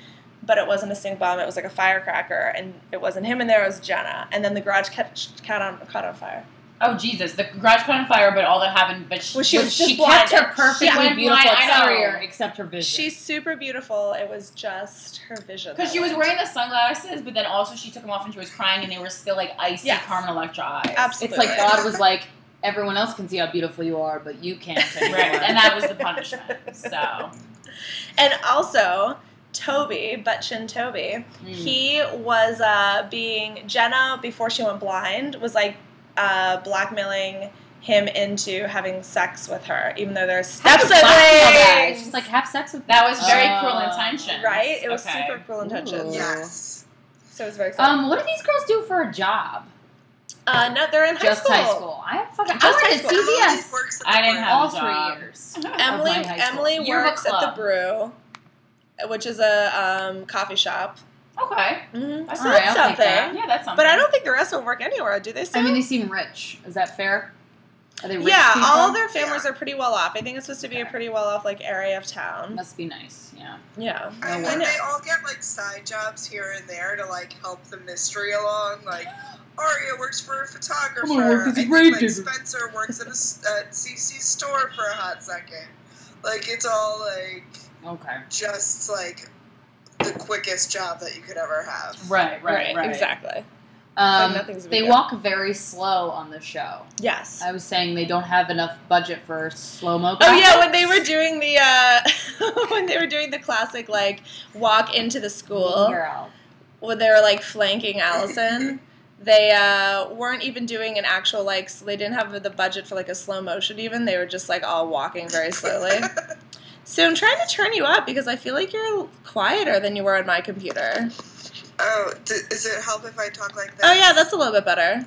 [SPEAKER 2] But it wasn't a stink bomb. It was like a firecracker, and it wasn't him in there. It was Jenna. And then the garage kept caught on caught on fire.
[SPEAKER 7] Oh Jesus! The garage caught on fire, but all that happened, but she,
[SPEAKER 2] Well, she was just
[SPEAKER 9] she
[SPEAKER 2] blinded.
[SPEAKER 9] kept her perfectly
[SPEAKER 7] She went
[SPEAKER 9] beautiful
[SPEAKER 7] blind, I know.
[SPEAKER 9] exterior except her vision.
[SPEAKER 2] She's super beautiful. It was just her vision.
[SPEAKER 7] because she was wearing the sunglasses, but then also she took them off and she was crying, and they were still like icy
[SPEAKER 2] Yes.
[SPEAKER 7] Carmen Electra eyes.
[SPEAKER 9] It's
[SPEAKER 2] absolutely
[SPEAKER 9] like God was like, everyone else can see how beautiful you are, but
[SPEAKER 2] <laughs>
[SPEAKER 9] you can't. Anymore.
[SPEAKER 7] Right, and that was the punishment. So
[SPEAKER 2] And also, Toby, Butchin Toby,
[SPEAKER 9] Mm.
[SPEAKER 2] he was uh, being, Jenna, before she went blind, was like uh, blackmailing him into having sex with her, even though they're step
[SPEAKER 9] That's
[SPEAKER 2] <laughs>
[SPEAKER 9] a blackmail guy.
[SPEAKER 2] siblings.
[SPEAKER 9] She's like, have sex with
[SPEAKER 7] that was very
[SPEAKER 9] Oh.
[SPEAKER 7] cruel intention,
[SPEAKER 2] right? It was
[SPEAKER 7] okay.
[SPEAKER 2] super cruel intentions.
[SPEAKER 9] Ooh.
[SPEAKER 8] Yes.
[SPEAKER 2] So it was very exciting.
[SPEAKER 9] Um, what do these girls do for a job?
[SPEAKER 2] uh, no, they're in high
[SPEAKER 9] Just
[SPEAKER 2] school.
[SPEAKER 9] high school. I have fucking.
[SPEAKER 2] Just high
[SPEAKER 9] I
[SPEAKER 2] school.
[SPEAKER 9] wanted
[SPEAKER 8] Emily
[SPEAKER 9] a CVS
[SPEAKER 8] works at
[SPEAKER 7] I
[SPEAKER 8] the
[SPEAKER 7] didn't
[SPEAKER 8] Brand.
[SPEAKER 9] all
[SPEAKER 7] have a
[SPEAKER 9] three
[SPEAKER 7] job.
[SPEAKER 9] years.
[SPEAKER 2] Emily,
[SPEAKER 9] Of my high school.
[SPEAKER 2] Emily
[SPEAKER 7] Yearbook
[SPEAKER 2] works at the
[SPEAKER 7] club.
[SPEAKER 2] brew, which is a um, coffee shop.
[SPEAKER 7] Okay,
[SPEAKER 2] Mm-hmm.
[SPEAKER 7] That's
[SPEAKER 2] So
[SPEAKER 9] all right,
[SPEAKER 2] that's
[SPEAKER 9] I'll
[SPEAKER 2] something.
[SPEAKER 9] take that.
[SPEAKER 7] yeah, that's something.
[SPEAKER 2] But I don't think the rest of them work anywhere, do they? Sue?
[SPEAKER 9] I mean, they seem rich. Is that fair? Are they rich?
[SPEAKER 2] yeah,
[SPEAKER 9] people?
[SPEAKER 2] all their families are pretty well off. I think it's supposed to be a pretty well off like area of town.
[SPEAKER 9] must be nice. Yeah.
[SPEAKER 2] Yeah.
[SPEAKER 8] I
[SPEAKER 9] No
[SPEAKER 8] mean,
[SPEAKER 2] way.
[SPEAKER 8] they all get like side jobs here and there to like help the mystery along. Like, Arya works for a photographer.
[SPEAKER 9] gonna work as a
[SPEAKER 8] I think,
[SPEAKER 9] grave
[SPEAKER 8] like,
[SPEAKER 9] digger.
[SPEAKER 8] Spencer works at a s- at CC's store for a hot second. Like, it's all like
[SPEAKER 9] Okay.
[SPEAKER 8] just like the quickest job that you could ever have.
[SPEAKER 7] Right, right, right.
[SPEAKER 2] Exactly.
[SPEAKER 9] Um,
[SPEAKER 2] nothing's
[SPEAKER 9] they
[SPEAKER 2] vegan.
[SPEAKER 9] walk very slow on the show.
[SPEAKER 2] Yes.
[SPEAKER 9] I was saying they don't have enough budget for slow mo.
[SPEAKER 2] Oh yeah, when they were doing the uh, <laughs> when they were doing the classic like walk into the school
[SPEAKER 9] Girl.
[SPEAKER 2] when they were like flanking Allison, they uh, weren't even doing an actual like s- they didn't have the budget for like a slow motion even. They were just like all walking very slowly. so I'm trying to turn you up because I feel like you're quieter than you were on my computer.
[SPEAKER 8] Oh, d- does it help if I talk like that?
[SPEAKER 2] Oh yeah, that's a little bit better.
[SPEAKER 8] Okay,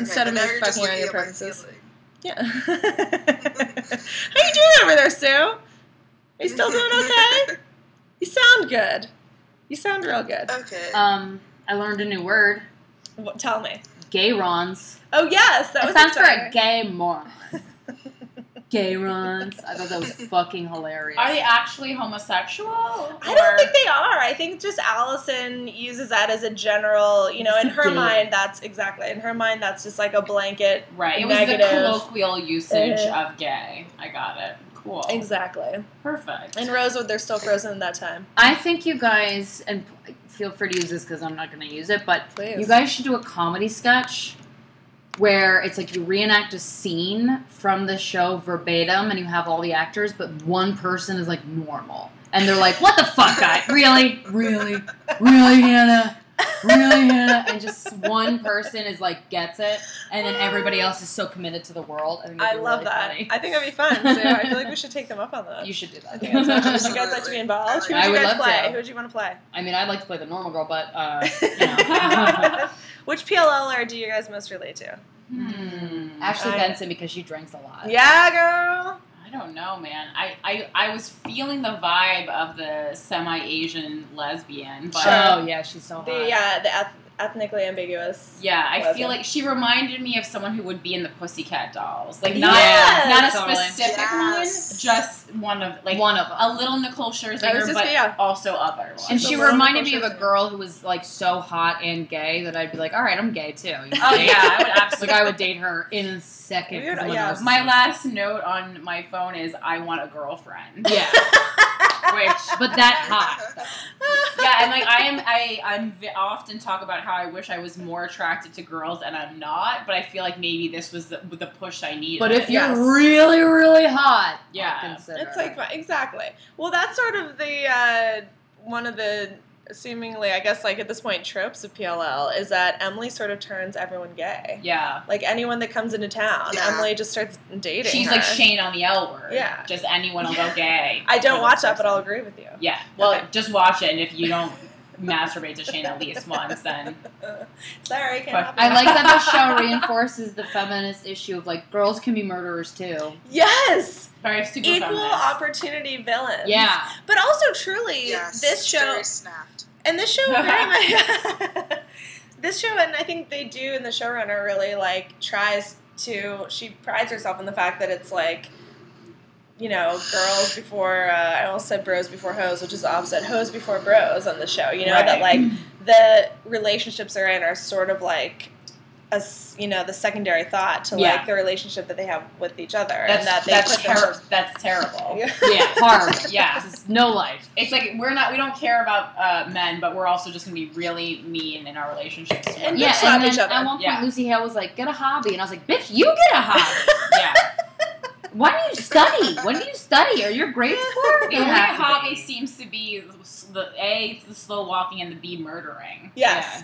[SPEAKER 2] instead of
[SPEAKER 8] but now
[SPEAKER 2] me
[SPEAKER 8] you're just
[SPEAKER 2] fucking around
[SPEAKER 8] looking
[SPEAKER 2] your
[SPEAKER 8] at my
[SPEAKER 2] preferences.
[SPEAKER 8] feelings.
[SPEAKER 2] Yeah. <laughs> How you doing over there, Sue? Are you still doing okay? You sound good. You sound real good.
[SPEAKER 8] <laughs> okay.
[SPEAKER 9] Um, I learned a new word.
[SPEAKER 2] Wh- Tell me.
[SPEAKER 9] Gayrons.
[SPEAKER 2] Oh yes, that
[SPEAKER 9] It
[SPEAKER 2] was
[SPEAKER 9] stands for a
[SPEAKER 2] exciting.
[SPEAKER 9] gay moron. Gayrons. I thought that was fucking hilarious.
[SPEAKER 7] Are they actually homosexual?
[SPEAKER 2] I
[SPEAKER 7] or-
[SPEAKER 2] don't think they are. I think just Allison uses that as a general, you know, in her
[SPEAKER 9] Gay.
[SPEAKER 2] mind, that's exactly in her mind, that's just like a blanket.
[SPEAKER 7] Right. It was
[SPEAKER 2] Negative.
[SPEAKER 7] the colloquial usage
[SPEAKER 2] Uh.
[SPEAKER 7] of gay. I got it. Cool.
[SPEAKER 2] Exactly.
[SPEAKER 7] Perfect.
[SPEAKER 2] In Rosewood, they're still frozen at that time.
[SPEAKER 9] I think you guys, and feel free to use this because I'm not going to use it, but
[SPEAKER 2] Please.
[SPEAKER 9] you guys should do a comedy sketch where it's like you reenact a scene from the show verbatim and you have all the actors, but one person is like normal. And they're like, what the fuck, guy?
[SPEAKER 2] <laughs>
[SPEAKER 9] Really? Really? Really, Hannah? Really, Hannah? And just one person is like, gets it. And then
[SPEAKER 2] <gasps>
[SPEAKER 9] everybody else is so committed to the world. And
[SPEAKER 2] I love that. I think that'd be fun. So I feel like we should take them up on that.
[SPEAKER 9] You should do that.
[SPEAKER 2] I think that's awesome.
[SPEAKER 9] <laughs>
[SPEAKER 2] Would you guys like to be involved? Who would
[SPEAKER 9] I
[SPEAKER 2] you
[SPEAKER 9] would
[SPEAKER 2] guys
[SPEAKER 9] love
[SPEAKER 2] play?
[SPEAKER 9] to.
[SPEAKER 2] Who would you want to play?
[SPEAKER 9] I mean, I'd like to play the normal girl, but uh,
[SPEAKER 2] <laughs>
[SPEAKER 9] you know. <laughs>
[SPEAKER 2] Which PLLR do you guys most relate to?
[SPEAKER 7] Hmm.
[SPEAKER 9] Ashley
[SPEAKER 2] I-
[SPEAKER 9] Benson because she drinks a lot.
[SPEAKER 2] Yeah, girl.
[SPEAKER 7] I don't know, man. I, I, I was feeling the vibe of the semi Asian lesbian, but
[SPEAKER 2] Sure.
[SPEAKER 9] Oh yeah, she's so hot.
[SPEAKER 2] The uh, the eth- ethnically ambiguous.
[SPEAKER 7] yeah, I
[SPEAKER 2] Lesbian.
[SPEAKER 7] feel like she reminded me of someone who would be in the Pussycat Dolls. Like, not,
[SPEAKER 2] Yes!
[SPEAKER 7] not a
[SPEAKER 9] Totally.
[SPEAKER 7] specific
[SPEAKER 8] Yes. <laughs>
[SPEAKER 7] one, just one of, like,
[SPEAKER 9] One of them.
[SPEAKER 7] a little Nicole
[SPEAKER 2] I
[SPEAKER 7] Scherzinger,
[SPEAKER 2] was just
[SPEAKER 7] but
[SPEAKER 2] yeah.
[SPEAKER 7] also other ones.
[SPEAKER 9] and
[SPEAKER 2] the
[SPEAKER 9] she
[SPEAKER 2] little
[SPEAKER 9] reminded me of a
[SPEAKER 2] pusher.
[SPEAKER 9] girl who was like so hot and gay that I'd be like, all right, I'm gay too. You know?
[SPEAKER 7] Oh, yeah, I would absolutely.
[SPEAKER 9] like I would date her in a second. 'cause
[SPEAKER 2] Weird,
[SPEAKER 9] I'm like,
[SPEAKER 2] yeah.
[SPEAKER 9] "Oh,
[SPEAKER 7] My last note on my phone is I want
[SPEAKER 2] <laughs>
[SPEAKER 7] a girlfriend.
[SPEAKER 9] yeah,
[SPEAKER 7] Which
[SPEAKER 9] but that
[SPEAKER 7] <laughs>
[SPEAKER 9] hot. though.
[SPEAKER 7] yeah, and like I am, I I'm v- often talk about how I wish I was more attracted to girls, and I'm not. But I feel like maybe this was the, the push I needed.
[SPEAKER 9] But if you're
[SPEAKER 2] Yes.
[SPEAKER 9] really, really hot, I'll
[SPEAKER 7] Yeah.
[SPEAKER 9] consider
[SPEAKER 2] It's like
[SPEAKER 9] her.
[SPEAKER 2] my- exactly. Well, that's sort of the uh, one of the seemingly, I guess, like at this point, tropes of PLL is that Emily sort of turns everyone gay.
[SPEAKER 7] yeah,
[SPEAKER 2] Like anyone that comes into town,
[SPEAKER 8] Yeah.
[SPEAKER 2] Emily just starts dating.
[SPEAKER 7] she's
[SPEAKER 2] her.
[SPEAKER 7] like Shane on the L word.
[SPEAKER 2] Yeah.
[SPEAKER 7] just anyone will go gay.
[SPEAKER 2] <laughs> I
[SPEAKER 7] for
[SPEAKER 2] don't
[SPEAKER 7] this
[SPEAKER 2] watch that, but I'll
[SPEAKER 7] person.
[SPEAKER 2] agree with you.
[SPEAKER 7] Yeah, well,
[SPEAKER 2] Okay.
[SPEAKER 7] just watch it, and if you don't <laughs> masturbate to Shane at least once, then
[SPEAKER 2] Sorry, can't
[SPEAKER 7] But-
[SPEAKER 2] help
[SPEAKER 9] I
[SPEAKER 2] you.
[SPEAKER 9] like that the show reinforces the feminist issue of like girls can be murderers too.
[SPEAKER 2] Yes,
[SPEAKER 7] very super
[SPEAKER 2] equal
[SPEAKER 7] feminist.
[SPEAKER 2] opportunity villains.
[SPEAKER 9] Yeah,
[SPEAKER 2] But also, truly,
[SPEAKER 8] Yes,
[SPEAKER 2] this show
[SPEAKER 8] Jerry snapped.
[SPEAKER 2] and this show
[SPEAKER 7] <laughs>
[SPEAKER 2] very much. <laughs> this show, and I think they do, and the showrunner really like tries to. She prides herself on the fact that it's like, you know, girls before. Uh, I almost said bros before hoes, which is opposite. Hoes before bros on the show. You know that like
[SPEAKER 7] Right. <clears throat>
[SPEAKER 2] the relationships they're in are sort of like. As you know, the secondary thought to
[SPEAKER 7] Yeah.
[SPEAKER 2] like the relationship that they have with each other,
[SPEAKER 7] that's
[SPEAKER 2] and that they
[SPEAKER 7] that's,
[SPEAKER 2] put
[SPEAKER 7] ter-
[SPEAKER 2] themselves-
[SPEAKER 7] that's terrible.
[SPEAKER 2] <laughs> Yeah.
[SPEAKER 9] yeah, horrible.
[SPEAKER 7] Yeah.
[SPEAKER 9] This is no life.
[SPEAKER 7] It's like we're not we don't care about uh, men, but we're also just gonna be really mean in our relationships. to
[SPEAKER 2] And
[SPEAKER 7] women.
[SPEAKER 9] Yeah,
[SPEAKER 2] bitch slap
[SPEAKER 9] and then
[SPEAKER 2] each other.
[SPEAKER 9] at one point
[SPEAKER 7] Yeah.
[SPEAKER 9] Lucy Hale was like, "Get a hobby," and I was like, "Bitch, you get a hobby.
[SPEAKER 2] <laughs>
[SPEAKER 7] yeah.
[SPEAKER 9] Why do you study? When do you study? Are
[SPEAKER 2] <laughs>
[SPEAKER 9] your grades poor?
[SPEAKER 7] The
[SPEAKER 9] You
[SPEAKER 7] only
[SPEAKER 9] have to
[SPEAKER 7] hobby
[SPEAKER 9] be.
[SPEAKER 7] seems to be the A, the slow walking, and the B, murdering.
[SPEAKER 2] Yes.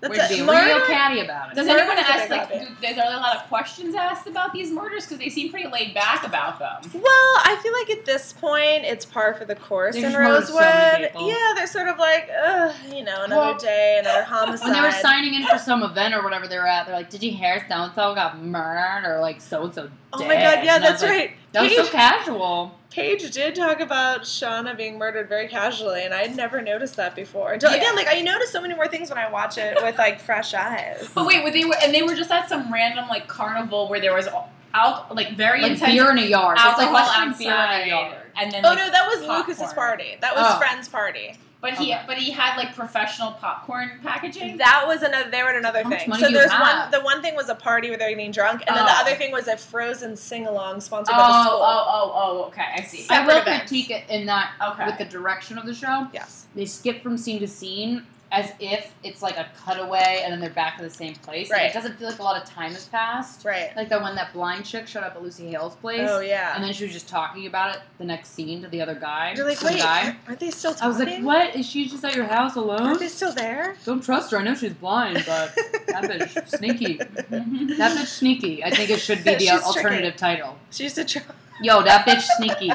[SPEAKER 7] We're
[SPEAKER 2] That's
[SPEAKER 9] Be
[SPEAKER 2] it.
[SPEAKER 7] doing
[SPEAKER 9] real
[SPEAKER 2] Murder
[SPEAKER 9] catty about
[SPEAKER 7] Yeah.
[SPEAKER 9] it.
[SPEAKER 7] Does
[SPEAKER 2] Murder
[SPEAKER 7] anyone
[SPEAKER 2] is a
[SPEAKER 7] ask,
[SPEAKER 2] big
[SPEAKER 7] like,
[SPEAKER 2] hobby.
[SPEAKER 7] do, is there a lot of questions asked about these murders? Because they seem pretty laid back about them.
[SPEAKER 2] Well, I feel like at this point it's par for the course
[SPEAKER 9] They
[SPEAKER 2] in
[SPEAKER 9] just murdered
[SPEAKER 2] Rosewood.
[SPEAKER 9] so many people.
[SPEAKER 2] yeah, they're sort of like, ugh, you know, another
[SPEAKER 9] Well-
[SPEAKER 2] day, another homicide.
[SPEAKER 9] When they were signing in for some event or whatever they were at, they're like, "Did you hear so and so got murdered?" Or like, "So and so."
[SPEAKER 2] oh my god, yeah, that's right.
[SPEAKER 9] That was
[SPEAKER 2] Paige,
[SPEAKER 9] so casual.
[SPEAKER 2] Paige did talk about Shauna being murdered very casually, and I'd never noticed that before. Until
[SPEAKER 7] Yeah.
[SPEAKER 2] again, like I notice so many more things when I watch it with like fresh eyes.
[SPEAKER 7] But wait, were they were and they were just at some random like carnival where there was al- like very
[SPEAKER 9] Like
[SPEAKER 7] intense
[SPEAKER 9] beer in a yard. It's like
[SPEAKER 7] alcohol
[SPEAKER 9] watching
[SPEAKER 7] outside,
[SPEAKER 9] beer in a yard.
[SPEAKER 7] and then
[SPEAKER 2] Oh
[SPEAKER 7] like,
[SPEAKER 2] no, that was
[SPEAKER 7] popcorn.
[SPEAKER 2] Lucas's party. That was
[SPEAKER 9] Oh.
[SPEAKER 2] Friend's party.
[SPEAKER 7] But he
[SPEAKER 9] Okay.
[SPEAKER 7] but he had like professional popcorn packaging.
[SPEAKER 2] That was another. They were at another
[SPEAKER 9] How much
[SPEAKER 2] thing.
[SPEAKER 9] money
[SPEAKER 2] So
[SPEAKER 9] do you
[SPEAKER 2] there's one.
[SPEAKER 9] have?
[SPEAKER 2] The one thing was a party where they're getting drunk, and then
[SPEAKER 7] Oh.
[SPEAKER 2] the other thing was a frozen sing along sponsored by the
[SPEAKER 7] oh,
[SPEAKER 2] school.
[SPEAKER 7] oh, oh, oh, okay, I see.
[SPEAKER 9] I will
[SPEAKER 2] separate events.
[SPEAKER 9] critique it in that
[SPEAKER 7] Okay.
[SPEAKER 9] with the direction of the show.
[SPEAKER 2] Yes.
[SPEAKER 9] They skip from scene to scene, as if it's like a cutaway and then they're back to the same place. Like,
[SPEAKER 2] Right.
[SPEAKER 9] it doesn't feel like a lot of time has passed.
[SPEAKER 2] Right.
[SPEAKER 9] Like that when that blind chick showed up at Lucy Hale's place.
[SPEAKER 2] Oh yeah.
[SPEAKER 9] And then she was just talking about it the next scene to the other guy.
[SPEAKER 2] You're like,
[SPEAKER 9] to the
[SPEAKER 2] wait,
[SPEAKER 9] guy.
[SPEAKER 2] aren't they still talking?
[SPEAKER 9] I was like, what? Is she just at your house alone?
[SPEAKER 2] Aren't they still there?
[SPEAKER 9] Don't trust her. I know she's blind,
[SPEAKER 2] <laughs>
[SPEAKER 9] but that bitch sneaky. That bitch sneaky. I think it should be the
[SPEAKER 2] She's
[SPEAKER 9] alternative title.
[SPEAKER 2] She used to <laughs>
[SPEAKER 9] <laughs>
[SPEAKER 2] try.
[SPEAKER 9] Yo, that bitch sneaky.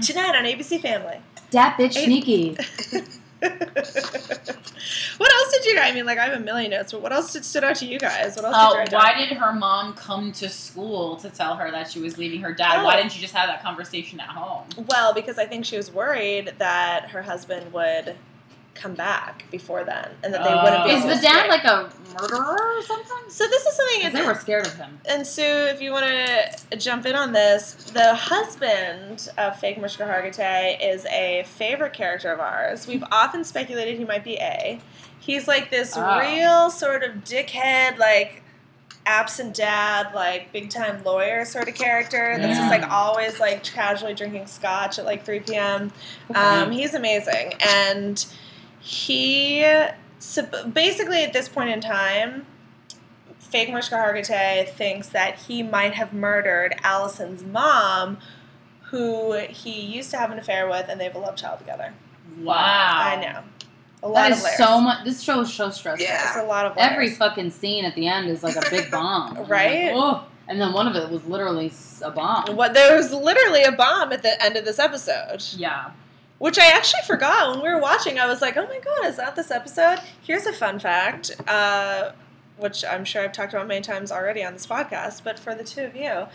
[SPEAKER 2] Tonight on ABC Family. <laughs>
[SPEAKER 9] That bitch
[SPEAKER 2] Hey.
[SPEAKER 9] sneaky.
[SPEAKER 2] what else did you guys? I mean, like I have a million notes, but what else did stood out to you guys? What else did you
[SPEAKER 9] Uh,
[SPEAKER 7] Oh,
[SPEAKER 2] write down?
[SPEAKER 7] why did her mom come to school to tell her that she was leaving her dad?
[SPEAKER 2] Oh.
[SPEAKER 7] Why didn't you just have that conversation at home?
[SPEAKER 2] Well, because I think she was worried that her husband would come back before then, and that they
[SPEAKER 7] Oh.
[SPEAKER 2] wouldn't be.
[SPEAKER 9] Uh, Is
[SPEAKER 2] able
[SPEAKER 9] the
[SPEAKER 2] to
[SPEAKER 9] dad
[SPEAKER 2] stay.
[SPEAKER 9] like a murderer or something?
[SPEAKER 2] So this is something.
[SPEAKER 9] Because
[SPEAKER 2] it's-
[SPEAKER 9] they were scared of him.
[SPEAKER 2] And Sue, if you want to jump in on this, the husband of fake Mishka Hargitay is a favorite character of ours. We've often speculated he might be A. He's like this
[SPEAKER 9] Oh.
[SPEAKER 2] real sort of dickhead, like absent dad, like big time lawyer sort of character that's just
[SPEAKER 7] Yeah.
[SPEAKER 2] like always like casually drinking scotch at like 3 p.m.
[SPEAKER 9] Mm-hmm.
[SPEAKER 2] Um, he's amazing, and he so basically at this point in time, fake Mariska Hargitay thinks that he might have murdered Allison's mom, who he used to have an affair with, and they have a love child together.
[SPEAKER 7] Wow.
[SPEAKER 2] I know a lot
[SPEAKER 9] That
[SPEAKER 2] of
[SPEAKER 9] is
[SPEAKER 2] layers.
[SPEAKER 9] so much. This show is so stressful.
[SPEAKER 8] Yeah.
[SPEAKER 2] It's a lot of layers.
[SPEAKER 9] Every fucking scene at the end is like a
[SPEAKER 2] <laughs>
[SPEAKER 9] big bomb. I'm like,
[SPEAKER 2] Right?
[SPEAKER 9] "Whoa." And then one of it was literally s- a bomb.
[SPEAKER 2] What there was literally a bomb at the end of this episode.
[SPEAKER 7] Yeah.
[SPEAKER 2] which I actually forgot when we were watching. I was like, oh my god, is that this episode? Here's a fun fact, uh, which I'm sure I've talked about many times already on this podcast, but for the two of you,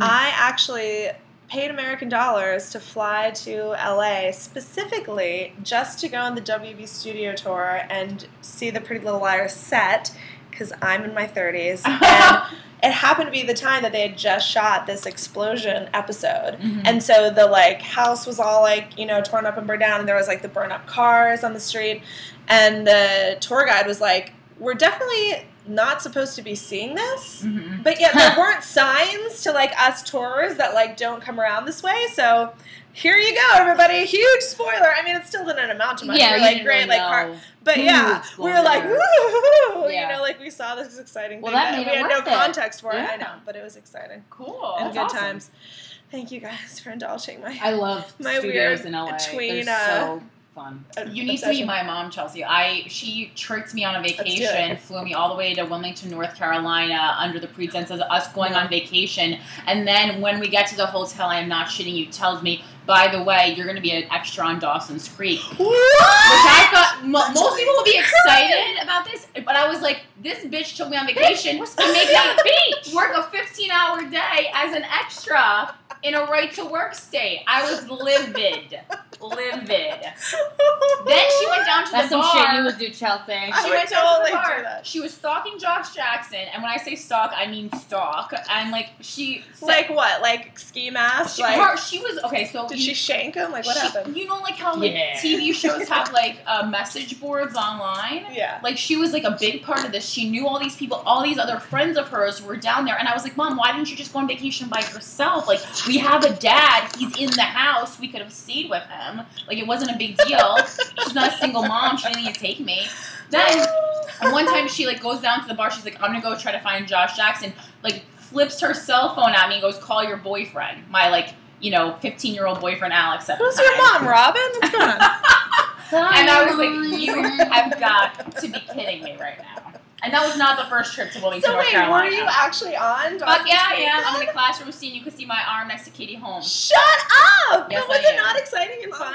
[SPEAKER 2] I actually paid American dollars to fly to LA specifically just to go on the WB studio tour and see the Pretty Little Liars set because I'm in my 30s. And it happened to be the time that they had just shot this explosion episode.
[SPEAKER 7] Mhm.
[SPEAKER 9] Mm.
[SPEAKER 2] And so the like house was all like, you know, torn up and burned down and there was like the burn up cars on the street and the tour guide was like, "We're definitely not supposed to be seeing
[SPEAKER 9] Mm.
[SPEAKER 2] this."
[SPEAKER 9] Mm-hmm.
[SPEAKER 7] Mhm.
[SPEAKER 2] But yet
[SPEAKER 9] <laughs>
[SPEAKER 2] there weren't signs to like us tourists that like don't come around this way, so here you go, everybody! Huge spoiler. I mean, it still didn't amount to much.
[SPEAKER 9] yeah,
[SPEAKER 2] We're
[SPEAKER 9] you
[SPEAKER 2] like
[SPEAKER 9] didn't
[SPEAKER 2] great, like,
[SPEAKER 9] really know.
[SPEAKER 2] car- but
[SPEAKER 9] Ooh,
[SPEAKER 2] yeah, we were like,
[SPEAKER 9] spoiler.
[SPEAKER 2] woo,
[SPEAKER 9] Yeah.
[SPEAKER 2] you know, like we saw this exciting
[SPEAKER 9] Well,
[SPEAKER 2] thing
[SPEAKER 9] that made
[SPEAKER 2] we
[SPEAKER 9] it
[SPEAKER 2] had
[SPEAKER 9] worth
[SPEAKER 2] no
[SPEAKER 9] it.
[SPEAKER 2] context for it.
[SPEAKER 7] Yeah.
[SPEAKER 2] I know, but it was exciting
[SPEAKER 7] Cool.
[SPEAKER 2] and
[SPEAKER 7] That's
[SPEAKER 2] good
[SPEAKER 7] awesome.
[SPEAKER 2] times. Thank you guys for indulging my <laughs>
[SPEAKER 9] I love
[SPEAKER 2] My
[SPEAKER 9] studios
[SPEAKER 2] weird
[SPEAKER 9] in LA.
[SPEAKER 2] tween,
[SPEAKER 9] They're
[SPEAKER 2] uh,
[SPEAKER 9] so fun.
[SPEAKER 7] You need to meet my mom, Chelsea. I she tricked me on a
[SPEAKER 2] do
[SPEAKER 7] vacation, flew me all the way to Wilmington, North Carolina, under the pretense of us going on vacation. And then when we get to the hotel, I am not shitting you, tells me, by the way, you're going to be an extra on Dawson's Creek.
[SPEAKER 2] <gasps>
[SPEAKER 7] Which I thought mo- most people would be excited about this, but I was like, this bitch took me on vacation to make me work a 15 hour day as an extra in a right to work state. I was livid. Livid. Then she went down to the
[SPEAKER 9] That's some
[SPEAKER 7] bar.
[SPEAKER 9] shit you would do, Chelsea.
[SPEAKER 2] I
[SPEAKER 7] she
[SPEAKER 2] would
[SPEAKER 7] went down
[SPEAKER 2] totally
[SPEAKER 7] to the bar.
[SPEAKER 2] do that.
[SPEAKER 7] She was stalking Josh Jackson, and when I say stalk, I mean stalk. And like she, said-
[SPEAKER 2] like what? Like ski mask?
[SPEAKER 7] she,
[SPEAKER 2] like
[SPEAKER 7] her- she was okay. So
[SPEAKER 2] did
[SPEAKER 7] you-
[SPEAKER 2] she shank him? Like what
[SPEAKER 7] she- <laughs>
[SPEAKER 2] happened?
[SPEAKER 7] You know, like how like
[SPEAKER 9] Yeah.
[SPEAKER 7] TV shows have like uh, message boards online.
[SPEAKER 2] Yeah.
[SPEAKER 7] Like she was like a big part of this. She knew all these people, all these other friends of hers were down there, and I was like, "Mom, why didn't you just go on vacation by yourself? Like we have a dad. He's in the house. We could have stayed with him. Like it wasn't a big deal. She's not a single mom. She didn't need to take me." Then and one time she like goes down to the bar. She's like, "I'm gonna go try to find Josh Jackson." Like flips her cell phone at me and goes, "Call your boyfriend." My like you know 15 year old boyfriend Alex. At the
[SPEAKER 2] Who's your
[SPEAKER 7] time.
[SPEAKER 2] mom, Robin? What's going on?
[SPEAKER 7] And I was like, you have got to be kidding me right now. And that was not the first trip to
[SPEAKER 2] <laughs>
[SPEAKER 7] Wilmington,
[SPEAKER 2] so
[SPEAKER 7] North
[SPEAKER 2] wait,
[SPEAKER 7] Carolina.
[SPEAKER 2] were you actually on?
[SPEAKER 7] Fuck
[SPEAKER 2] Dawson's
[SPEAKER 7] yeah, I
[SPEAKER 2] Creek
[SPEAKER 7] am.
[SPEAKER 2] then?
[SPEAKER 7] I'm in the classroom scene. You can see my arm next to Katie Holmes.
[SPEAKER 2] Shut up!
[SPEAKER 7] Yes,
[SPEAKER 2] But was
[SPEAKER 7] I
[SPEAKER 2] it
[SPEAKER 7] am.
[SPEAKER 2] not exciting
[SPEAKER 8] Oh,
[SPEAKER 2] and fun?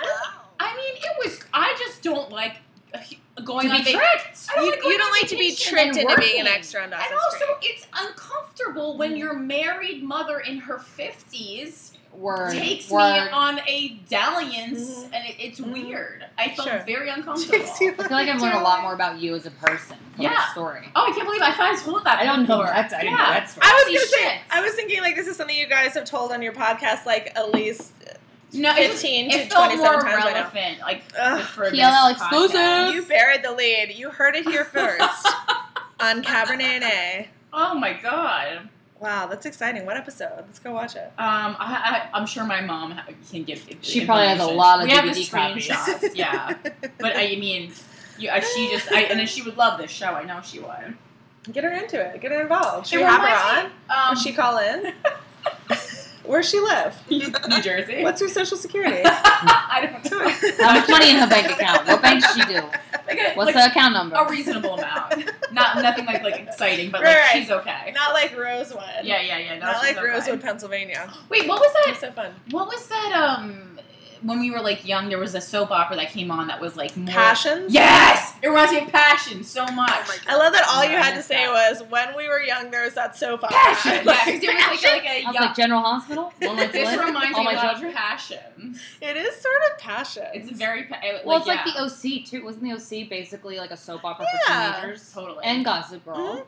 [SPEAKER 7] I mean, it was. I just don't like uh, going
[SPEAKER 9] To
[SPEAKER 7] on
[SPEAKER 9] be
[SPEAKER 7] vacation.
[SPEAKER 9] tricked.
[SPEAKER 7] I don't wanna go on vacation and working.
[SPEAKER 2] on
[SPEAKER 7] And also, it's uncomfortable when
[SPEAKER 2] Mm.
[SPEAKER 7] your married mother in her 50s
[SPEAKER 9] Word.
[SPEAKER 7] takes
[SPEAKER 9] word. Mm-hmm.
[SPEAKER 7] me on a dalliance,
[SPEAKER 2] Mhm.
[SPEAKER 7] and it, it's
[SPEAKER 2] Mhm.
[SPEAKER 7] weird. I felt
[SPEAKER 2] Sure.
[SPEAKER 9] <laughs>
[SPEAKER 7] very uncomfortable.
[SPEAKER 9] I feel like I've learned a lot more about you as a person from
[SPEAKER 7] Yeah.
[SPEAKER 9] this story.
[SPEAKER 7] Oh, I can't believe I finally told that.
[SPEAKER 9] I don't know
[SPEAKER 7] before.
[SPEAKER 9] that. I didn't know
[SPEAKER 7] Yeah.
[SPEAKER 9] that story.
[SPEAKER 2] I was
[SPEAKER 7] Holy
[SPEAKER 2] gonna say,
[SPEAKER 7] shit.
[SPEAKER 2] I was thinking like this is something you guys have told on your podcast like at least
[SPEAKER 7] No, it was-
[SPEAKER 2] fifteen
[SPEAKER 7] it
[SPEAKER 2] to
[SPEAKER 7] felt
[SPEAKER 2] twenty
[SPEAKER 7] more
[SPEAKER 2] seven times by now.
[SPEAKER 7] relevant, like
[SPEAKER 2] Ugh.
[SPEAKER 7] for this
[SPEAKER 9] PLL
[SPEAKER 7] podcast.
[SPEAKER 9] exclusive.
[SPEAKER 2] You buried the lead. You heard it here
[SPEAKER 7] <laughs>
[SPEAKER 2] first on Cabernet. A.
[SPEAKER 7] Oh my god! Um,
[SPEAKER 2] Wow, that's exciting. What episode? Let's go watch it.
[SPEAKER 7] I, I, I'm sure my mom ha- can give.
[SPEAKER 9] She probably has a lot of
[SPEAKER 7] we have
[SPEAKER 9] DVD
[SPEAKER 7] the
[SPEAKER 9] copies. <laughs>
[SPEAKER 7] screenshots, yeah. But I mean, You, uh, she just, I, and then she would love this show. I know she would.
[SPEAKER 2] Get her into it. Get her involved. Should we
[SPEAKER 7] It
[SPEAKER 2] have her on?
[SPEAKER 7] reminds Um,
[SPEAKER 2] Would she call in? <laughs> Where's she live?
[SPEAKER 7] New Jersey.
[SPEAKER 2] What's her social security?
[SPEAKER 7] <laughs> I don't know.
[SPEAKER 9] How much money in her bank account? What bank does she do?
[SPEAKER 7] Like a,
[SPEAKER 9] <laughs>
[SPEAKER 7] like
[SPEAKER 9] What's the account number?
[SPEAKER 7] a reasonable amount. Not nothing like like exciting, but like
[SPEAKER 2] Right, right.
[SPEAKER 7] she's okay.
[SPEAKER 2] <laughs> Not like Rosewood.
[SPEAKER 7] Yeah, yeah, yeah. No,
[SPEAKER 2] Not
[SPEAKER 7] she's Oh,
[SPEAKER 2] like
[SPEAKER 7] okay.
[SPEAKER 2] Rosewood, Pennsylvania.
[SPEAKER 7] Wait, what was
[SPEAKER 2] It's
[SPEAKER 7] that?
[SPEAKER 2] so fun.
[SPEAKER 7] What was that? Um, when we were like young, there was a soap opera that came on that was like more.
[SPEAKER 2] Passions?
[SPEAKER 7] Yes, it reminds me of Passion so
[SPEAKER 2] Oh
[SPEAKER 7] much.
[SPEAKER 2] I love that all
[SPEAKER 7] Yeah,
[SPEAKER 2] you
[SPEAKER 7] I
[SPEAKER 2] had to
[SPEAKER 7] miss
[SPEAKER 2] say
[SPEAKER 7] that.
[SPEAKER 2] was when we were young, there was that soap opera.
[SPEAKER 7] Passion. Yeah,
[SPEAKER 2] Like,
[SPEAKER 7] 'cause there was like, a- like
[SPEAKER 9] I
[SPEAKER 7] a
[SPEAKER 9] was
[SPEAKER 7] young.
[SPEAKER 9] like General Hospital. One life to
[SPEAKER 7] This
[SPEAKER 9] live.
[SPEAKER 7] reminds
[SPEAKER 9] All
[SPEAKER 7] me
[SPEAKER 9] my
[SPEAKER 7] a lot
[SPEAKER 9] children.
[SPEAKER 7] of Passion.
[SPEAKER 2] <laughs> it is sort of passion.
[SPEAKER 7] It's very pa- it-
[SPEAKER 9] Well,
[SPEAKER 7] like,
[SPEAKER 9] it's like
[SPEAKER 7] yeah,
[SPEAKER 9] the OC too. Wasn't the OC basically like a soap opera
[SPEAKER 2] Yeah.
[SPEAKER 9] for teenagers?
[SPEAKER 7] totally
[SPEAKER 9] And Gossip Girl,
[SPEAKER 2] Mhm.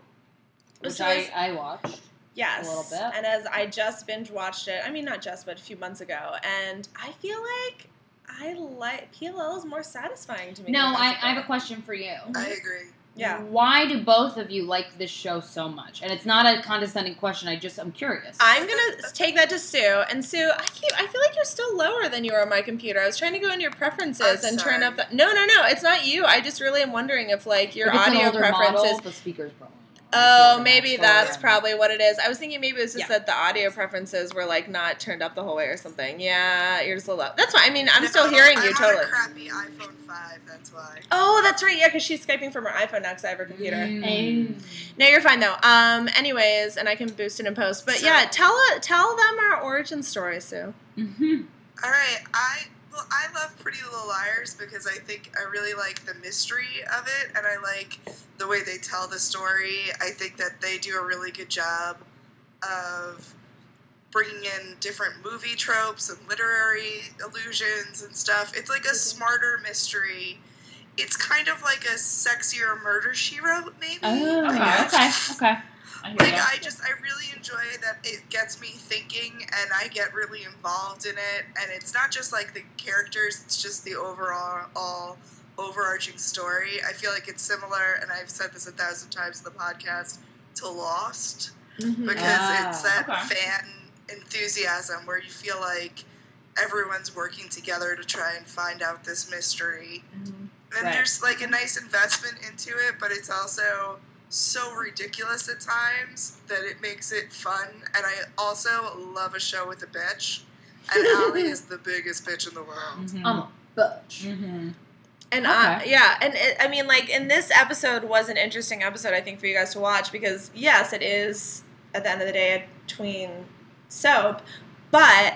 [SPEAKER 9] which
[SPEAKER 2] So
[SPEAKER 9] I,
[SPEAKER 2] it's-
[SPEAKER 9] I watched.
[SPEAKER 2] yes.
[SPEAKER 9] a little bit.
[SPEAKER 2] And as I just binge watched it, I mean, not just, but a few months ago, and I feel like I like PLL is more satisfying to me.
[SPEAKER 9] No,
[SPEAKER 2] than
[SPEAKER 9] I,
[SPEAKER 2] Gossip
[SPEAKER 9] I have
[SPEAKER 2] Girl.
[SPEAKER 9] a question for you.
[SPEAKER 8] I agree.
[SPEAKER 2] Yeah.
[SPEAKER 9] Why do both of you like this show so much? And it's not a condescending question. I just I'm curious.
[SPEAKER 2] I'm gonna take that to Sue, and Sue, I keep, I feel like you're still lower than you are on my computer. I was trying to go into your preferences
[SPEAKER 8] I'm
[SPEAKER 2] and
[SPEAKER 8] sorry.
[SPEAKER 2] turn up. The, no, no, no, it's not you. I just really am wondering if like your
[SPEAKER 9] If it's an
[SPEAKER 2] audio
[SPEAKER 9] older
[SPEAKER 2] preferences.
[SPEAKER 9] model, the speakers. Probably
[SPEAKER 2] Oh, maybe that's
[SPEAKER 9] probably.
[SPEAKER 2] probably what it is. I was thinking maybe it was just
[SPEAKER 9] Yeah.
[SPEAKER 2] that the audio preferences were like not turned up the whole way or something. Yeah, you're just a little. That's fine. I mean, I'm
[SPEAKER 8] No,
[SPEAKER 2] still hearing you
[SPEAKER 8] I'm On
[SPEAKER 2] totally.
[SPEAKER 8] a crappy iPhone 5, that's why.
[SPEAKER 2] Oh, that's right. Yeah, because she's skyping from her iPhone now because I have her computer.
[SPEAKER 9] Mm.
[SPEAKER 2] No, you're fine though. Um, anyways, and I can boost it in post. But yeah, tell uh, tell them our origin story, Sue.
[SPEAKER 9] Mhm.
[SPEAKER 8] All right, I well, I love Pretty Little Liars because I think I really like the mystery of it, and I like the way they tell the story. I think that they do a really good job of bringing in different movie tropes and literary allusions and stuff. It's like a smarter mystery. It's kind of like a sexier murder she wrote, maybe.
[SPEAKER 9] Oh,
[SPEAKER 7] Okay.
[SPEAKER 9] okay, okay.
[SPEAKER 7] I hear
[SPEAKER 8] Like
[SPEAKER 7] ya.
[SPEAKER 8] I just I really enjoy that it gets me thinking and I get really involved in it and it's not just like the characters, it's just the overall all overarching story. I feel like it's similar and I've said this a thousand times in the podcast to Lost because
[SPEAKER 9] Ah,
[SPEAKER 8] it's that
[SPEAKER 7] okay.
[SPEAKER 8] fan enthusiasm where you feel like everyone's working together to try and find out this mystery. And
[SPEAKER 9] Right.
[SPEAKER 8] there's like a nice investment into it, but it's also so ridiculous at times that it makes it fun. And I also love a show with a bitch. And Allie
[SPEAKER 9] <laughs>
[SPEAKER 8] is the biggest bitch in the world.
[SPEAKER 7] Mhm.
[SPEAKER 9] I'm a butch.
[SPEAKER 7] Mhm.
[SPEAKER 2] And
[SPEAKER 9] Okay.
[SPEAKER 2] uh, yeah, and it, I mean, like, and this episode was an interesting episode, I think, for you guys to watch because yes, it is at the end of the day a tween soap, but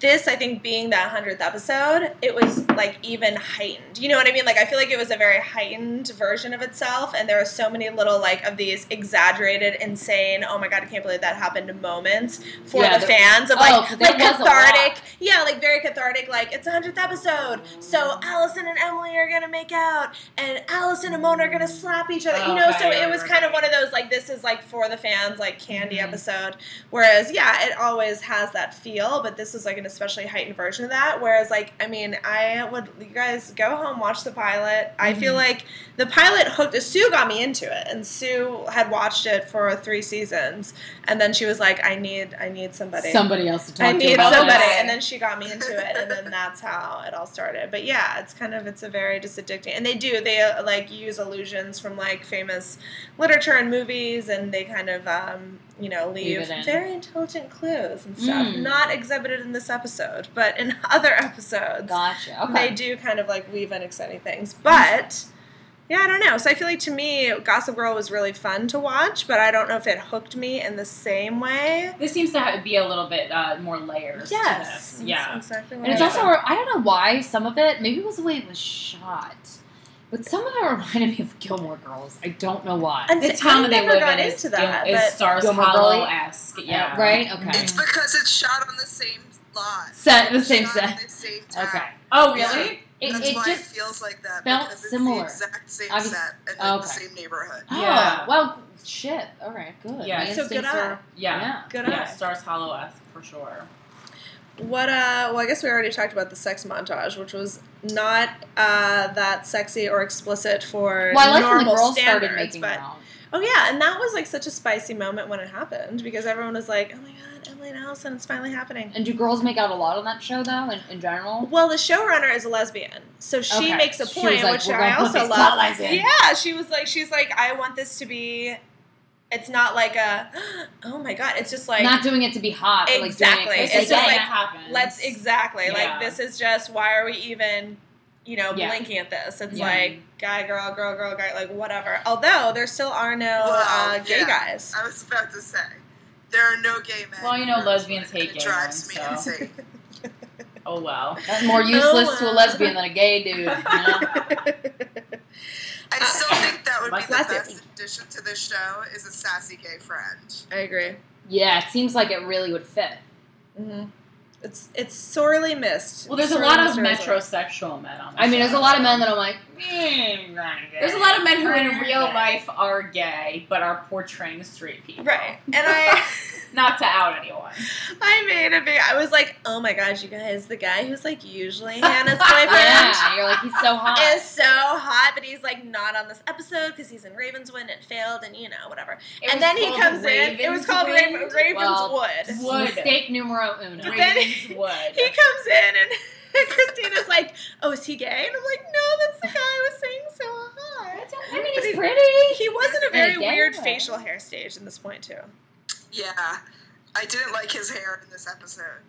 [SPEAKER 2] this, I think, being that hundredth episode, it was like even heightened. You know what I mean? Like, I feel like it was a very heightened version of itself, and there were so many little like of these exaggerated, insane, oh my god, I can't believe that happened moments for
[SPEAKER 9] Yeah,
[SPEAKER 2] the
[SPEAKER 9] there-
[SPEAKER 2] fans of
[SPEAKER 9] Oh,
[SPEAKER 2] like,
[SPEAKER 9] 'cause there
[SPEAKER 2] like
[SPEAKER 9] was a lot.
[SPEAKER 2] cathartic, yeah, like very cathartic. Like it's a hundredth episode, so Allison and Emily are gonna make out, and Allison and Mona are gonna slap each other. you know,
[SPEAKER 7] Okay,
[SPEAKER 2] so
[SPEAKER 7] yeah,
[SPEAKER 2] it was
[SPEAKER 7] right,
[SPEAKER 2] kind of
[SPEAKER 7] right.
[SPEAKER 2] one of those like this is like for the fans, like candy
[SPEAKER 7] Mhm.
[SPEAKER 2] episode. Whereas, yeah, it always has that feel, but this was like an especially heightened version of that. Whereas, like, I mean, I would you guys go home watch the pilot. I feel
[SPEAKER 7] Mhm.
[SPEAKER 2] like the pilot hooked. Sue got me into it, and Sue had watched it for three seasons, and then she was like, "I need, I need somebody."
[SPEAKER 9] Somebody else to talk
[SPEAKER 2] I
[SPEAKER 9] to
[SPEAKER 2] need
[SPEAKER 9] about
[SPEAKER 2] somebody,
[SPEAKER 9] this.
[SPEAKER 2] and then she got me into it, and then that's how it all started. But yeah, it's kind of it's a very just addicting, and they do they uh, like use allusions from like famous literature and movies, and they kind of um, you know
[SPEAKER 9] Leave
[SPEAKER 2] leave
[SPEAKER 9] it in.
[SPEAKER 2] very intelligent clues and stuff,
[SPEAKER 9] Mm.
[SPEAKER 2] not exhibited in this episode, but in <laughs> other episodes,
[SPEAKER 9] Gotcha. Okay.
[SPEAKER 2] they do kind of like weave in exciting things, but. Yeah, I don't know. So I feel like to me, Gossip Girl was really fun to watch, but I don't know if it hooked me in the same way.
[SPEAKER 7] This seems to ha be a little bit uh, more layers. to
[SPEAKER 2] Yes.
[SPEAKER 7] this. Yeah.
[SPEAKER 2] That's exactly what
[SPEAKER 9] and it's
[SPEAKER 2] I
[SPEAKER 9] also
[SPEAKER 2] thought.
[SPEAKER 9] I don't know why some of it maybe it was the way it was shot, but some of it <laughs> reminded me of Gilmore Girls. I don't know why.
[SPEAKER 2] And
[SPEAKER 7] The
[SPEAKER 2] see,
[SPEAKER 7] town
[SPEAKER 2] I've
[SPEAKER 7] that they
[SPEAKER 2] never
[SPEAKER 7] live
[SPEAKER 2] gone
[SPEAKER 7] in is,
[SPEAKER 2] into that,
[SPEAKER 7] is
[SPEAKER 2] but-
[SPEAKER 7] Stars
[SPEAKER 9] Gilmore
[SPEAKER 7] Hollow esque. Yeah.
[SPEAKER 9] Right. Okay.
[SPEAKER 8] It's because it's shot on the same lot.
[SPEAKER 9] Set the same
[SPEAKER 8] Shot
[SPEAKER 9] set.
[SPEAKER 8] At the same time.
[SPEAKER 9] Okay.
[SPEAKER 7] Oh really?
[SPEAKER 9] It,
[SPEAKER 8] That's
[SPEAKER 9] it
[SPEAKER 8] why
[SPEAKER 9] just
[SPEAKER 8] it feels like that.
[SPEAKER 9] felt
[SPEAKER 8] because it's
[SPEAKER 9] similar.
[SPEAKER 8] The exact same
[SPEAKER 9] Obvious-
[SPEAKER 8] set and in the
[SPEAKER 9] okay.
[SPEAKER 8] same neighborhood.
[SPEAKER 9] Oh,
[SPEAKER 7] Yeah.
[SPEAKER 9] Well, shit. All right. Good.
[SPEAKER 7] Yeah,
[SPEAKER 9] My
[SPEAKER 7] so
[SPEAKER 9] instincts
[SPEAKER 2] good
[SPEAKER 9] are-
[SPEAKER 2] eye.
[SPEAKER 7] Yeah.
[SPEAKER 9] Yeah.
[SPEAKER 2] Good
[SPEAKER 7] Yeah.
[SPEAKER 2] eye.
[SPEAKER 7] Stars Hollow esque for sure.
[SPEAKER 2] What uh well I guess we already talked about the sex montage, which was not uh that sexy or explicit for
[SPEAKER 9] Well, I like when the
[SPEAKER 2] normal
[SPEAKER 9] girls started
[SPEAKER 2] standards,
[SPEAKER 9] making
[SPEAKER 2] but
[SPEAKER 9] out.
[SPEAKER 2] Oh yeah, and that was like such a spicy moment when it happened because everyone was like, "Oh my god, Emily and Allison, it's finally happening."
[SPEAKER 9] And do girls make out a lot on that show though, in, in general?
[SPEAKER 2] Well, the showrunner is a lesbian, so she
[SPEAKER 9] Okay.
[SPEAKER 2] makes a
[SPEAKER 9] She
[SPEAKER 2] point,
[SPEAKER 9] was like,
[SPEAKER 2] which
[SPEAKER 9] "We're
[SPEAKER 2] I
[SPEAKER 9] gonna put
[SPEAKER 2] also
[SPEAKER 9] these
[SPEAKER 2] love.
[SPEAKER 9] spotlights in."
[SPEAKER 2] Yeah, she was like, she's like, I want this to be. It's not like a, <gasps> oh my god, it's just like
[SPEAKER 9] Not doing it to be hot, but like
[SPEAKER 2] Exactly.
[SPEAKER 9] doing it
[SPEAKER 2] It's
[SPEAKER 9] to
[SPEAKER 2] just like,
[SPEAKER 7] that happens.
[SPEAKER 2] let's exactly like
[SPEAKER 7] Yeah.
[SPEAKER 2] this is just why are we even you know
[SPEAKER 9] Yeah.
[SPEAKER 2] blinking at this it's
[SPEAKER 9] Yeah.
[SPEAKER 2] like guy girl girl girl guy like whatever although there still are no
[SPEAKER 8] Well,
[SPEAKER 2] uh, gay
[SPEAKER 8] yeah.
[SPEAKER 2] guys
[SPEAKER 8] <laughs> I was about to say, there are no gay men.
[SPEAKER 7] Well, you know, lesbians hate
[SPEAKER 8] It
[SPEAKER 7] gay
[SPEAKER 8] drives me
[SPEAKER 7] men, so-
[SPEAKER 8] insane.
[SPEAKER 7] Oh well.
[SPEAKER 2] <laughs>
[SPEAKER 9] That's more useless to
[SPEAKER 2] wow.
[SPEAKER 9] a lesbian than a gay dude. You know?
[SPEAKER 2] <laughs>
[SPEAKER 8] I still think that would
[SPEAKER 7] My
[SPEAKER 8] be the
[SPEAKER 2] classic.
[SPEAKER 8] best addition to this show is a sassy gay friend.
[SPEAKER 2] i agree
[SPEAKER 9] yeah, it seems like it really would fit.
[SPEAKER 2] hmm it's it's sorely missed
[SPEAKER 7] Well, there's a
[SPEAKER 2] Sorely
[SPEAKER 7] lot of
[SPEAKER 2] missed as well.
[SPEAKER 7] metrosexual men on the
[SPEAKER 9] I mean, there's a lot of men
[SPEAKER 7] show.
[SPEAKER 9] that I'm like, "Hmm,
[SPEAKER 7] There's a lot of men who in real life are gay, but are portraying
[SPEAKER 2] <laughs>
[SPEAKER 7] straight people.
[SPEAKER 2] right and i
[SPEAKER 7] <laughs> Not to out anyone.
[SPEAKER 2] i made a big i was like oh my gosh you guys the guy who's like
[SPEAKER 7] <laughs>
[SPEAKER 2] usually hannah's boyfriend
[SPEAKER 9] yeah, you're like, he's
[SPEAKER 2] <laughs>
[SPEAKER 9] so hot.
[SPEAKER 2] Is so hot, but he's like not on this episode because he's in Ravenswood and failed, and you know whatever.
[SPEAKER 7] It
[SPEAKER 2] and
[SPEAKER 7] was
[SPEAKER 2] then he
[SPEAKER 7] called
[SPEAKER 2] comes in. It was called Raven,
[SPEAKER 7] Ravenswood.
[SPEAKER 2] Ravenswood.
[SPEAKER 9] Well,
[SPEAKER 7] wood.
[SPEAKER 9] Mistake numero uno.
[SPEAKER 2] But then-
[SPEAKER 7] Ravenswood.
[SPEAKER 2] He comes in and <laughs> Christina's like, "Oh, is he gay?" And I'm like, "No, that's the guy I was saying so hot."
[SPEAKER 9] I mean,
[SPEAKER 2] But
[SPEAKER 9] he's
[SPEAKER 2] he-
[SPEAKER 9] pretty.
[SPEAKER 2] He was in a
[SPEAKER 9] Hey,
[SPEAKER 2] very
[SPEAKER 9] gay
[SPEAKER 2] weird
[SPEAKER 9] guy.
[SPEAKER 2] facial hair stage in this point too.
[SPEAKER 8] Yeah, I didn't like his hair in this episode.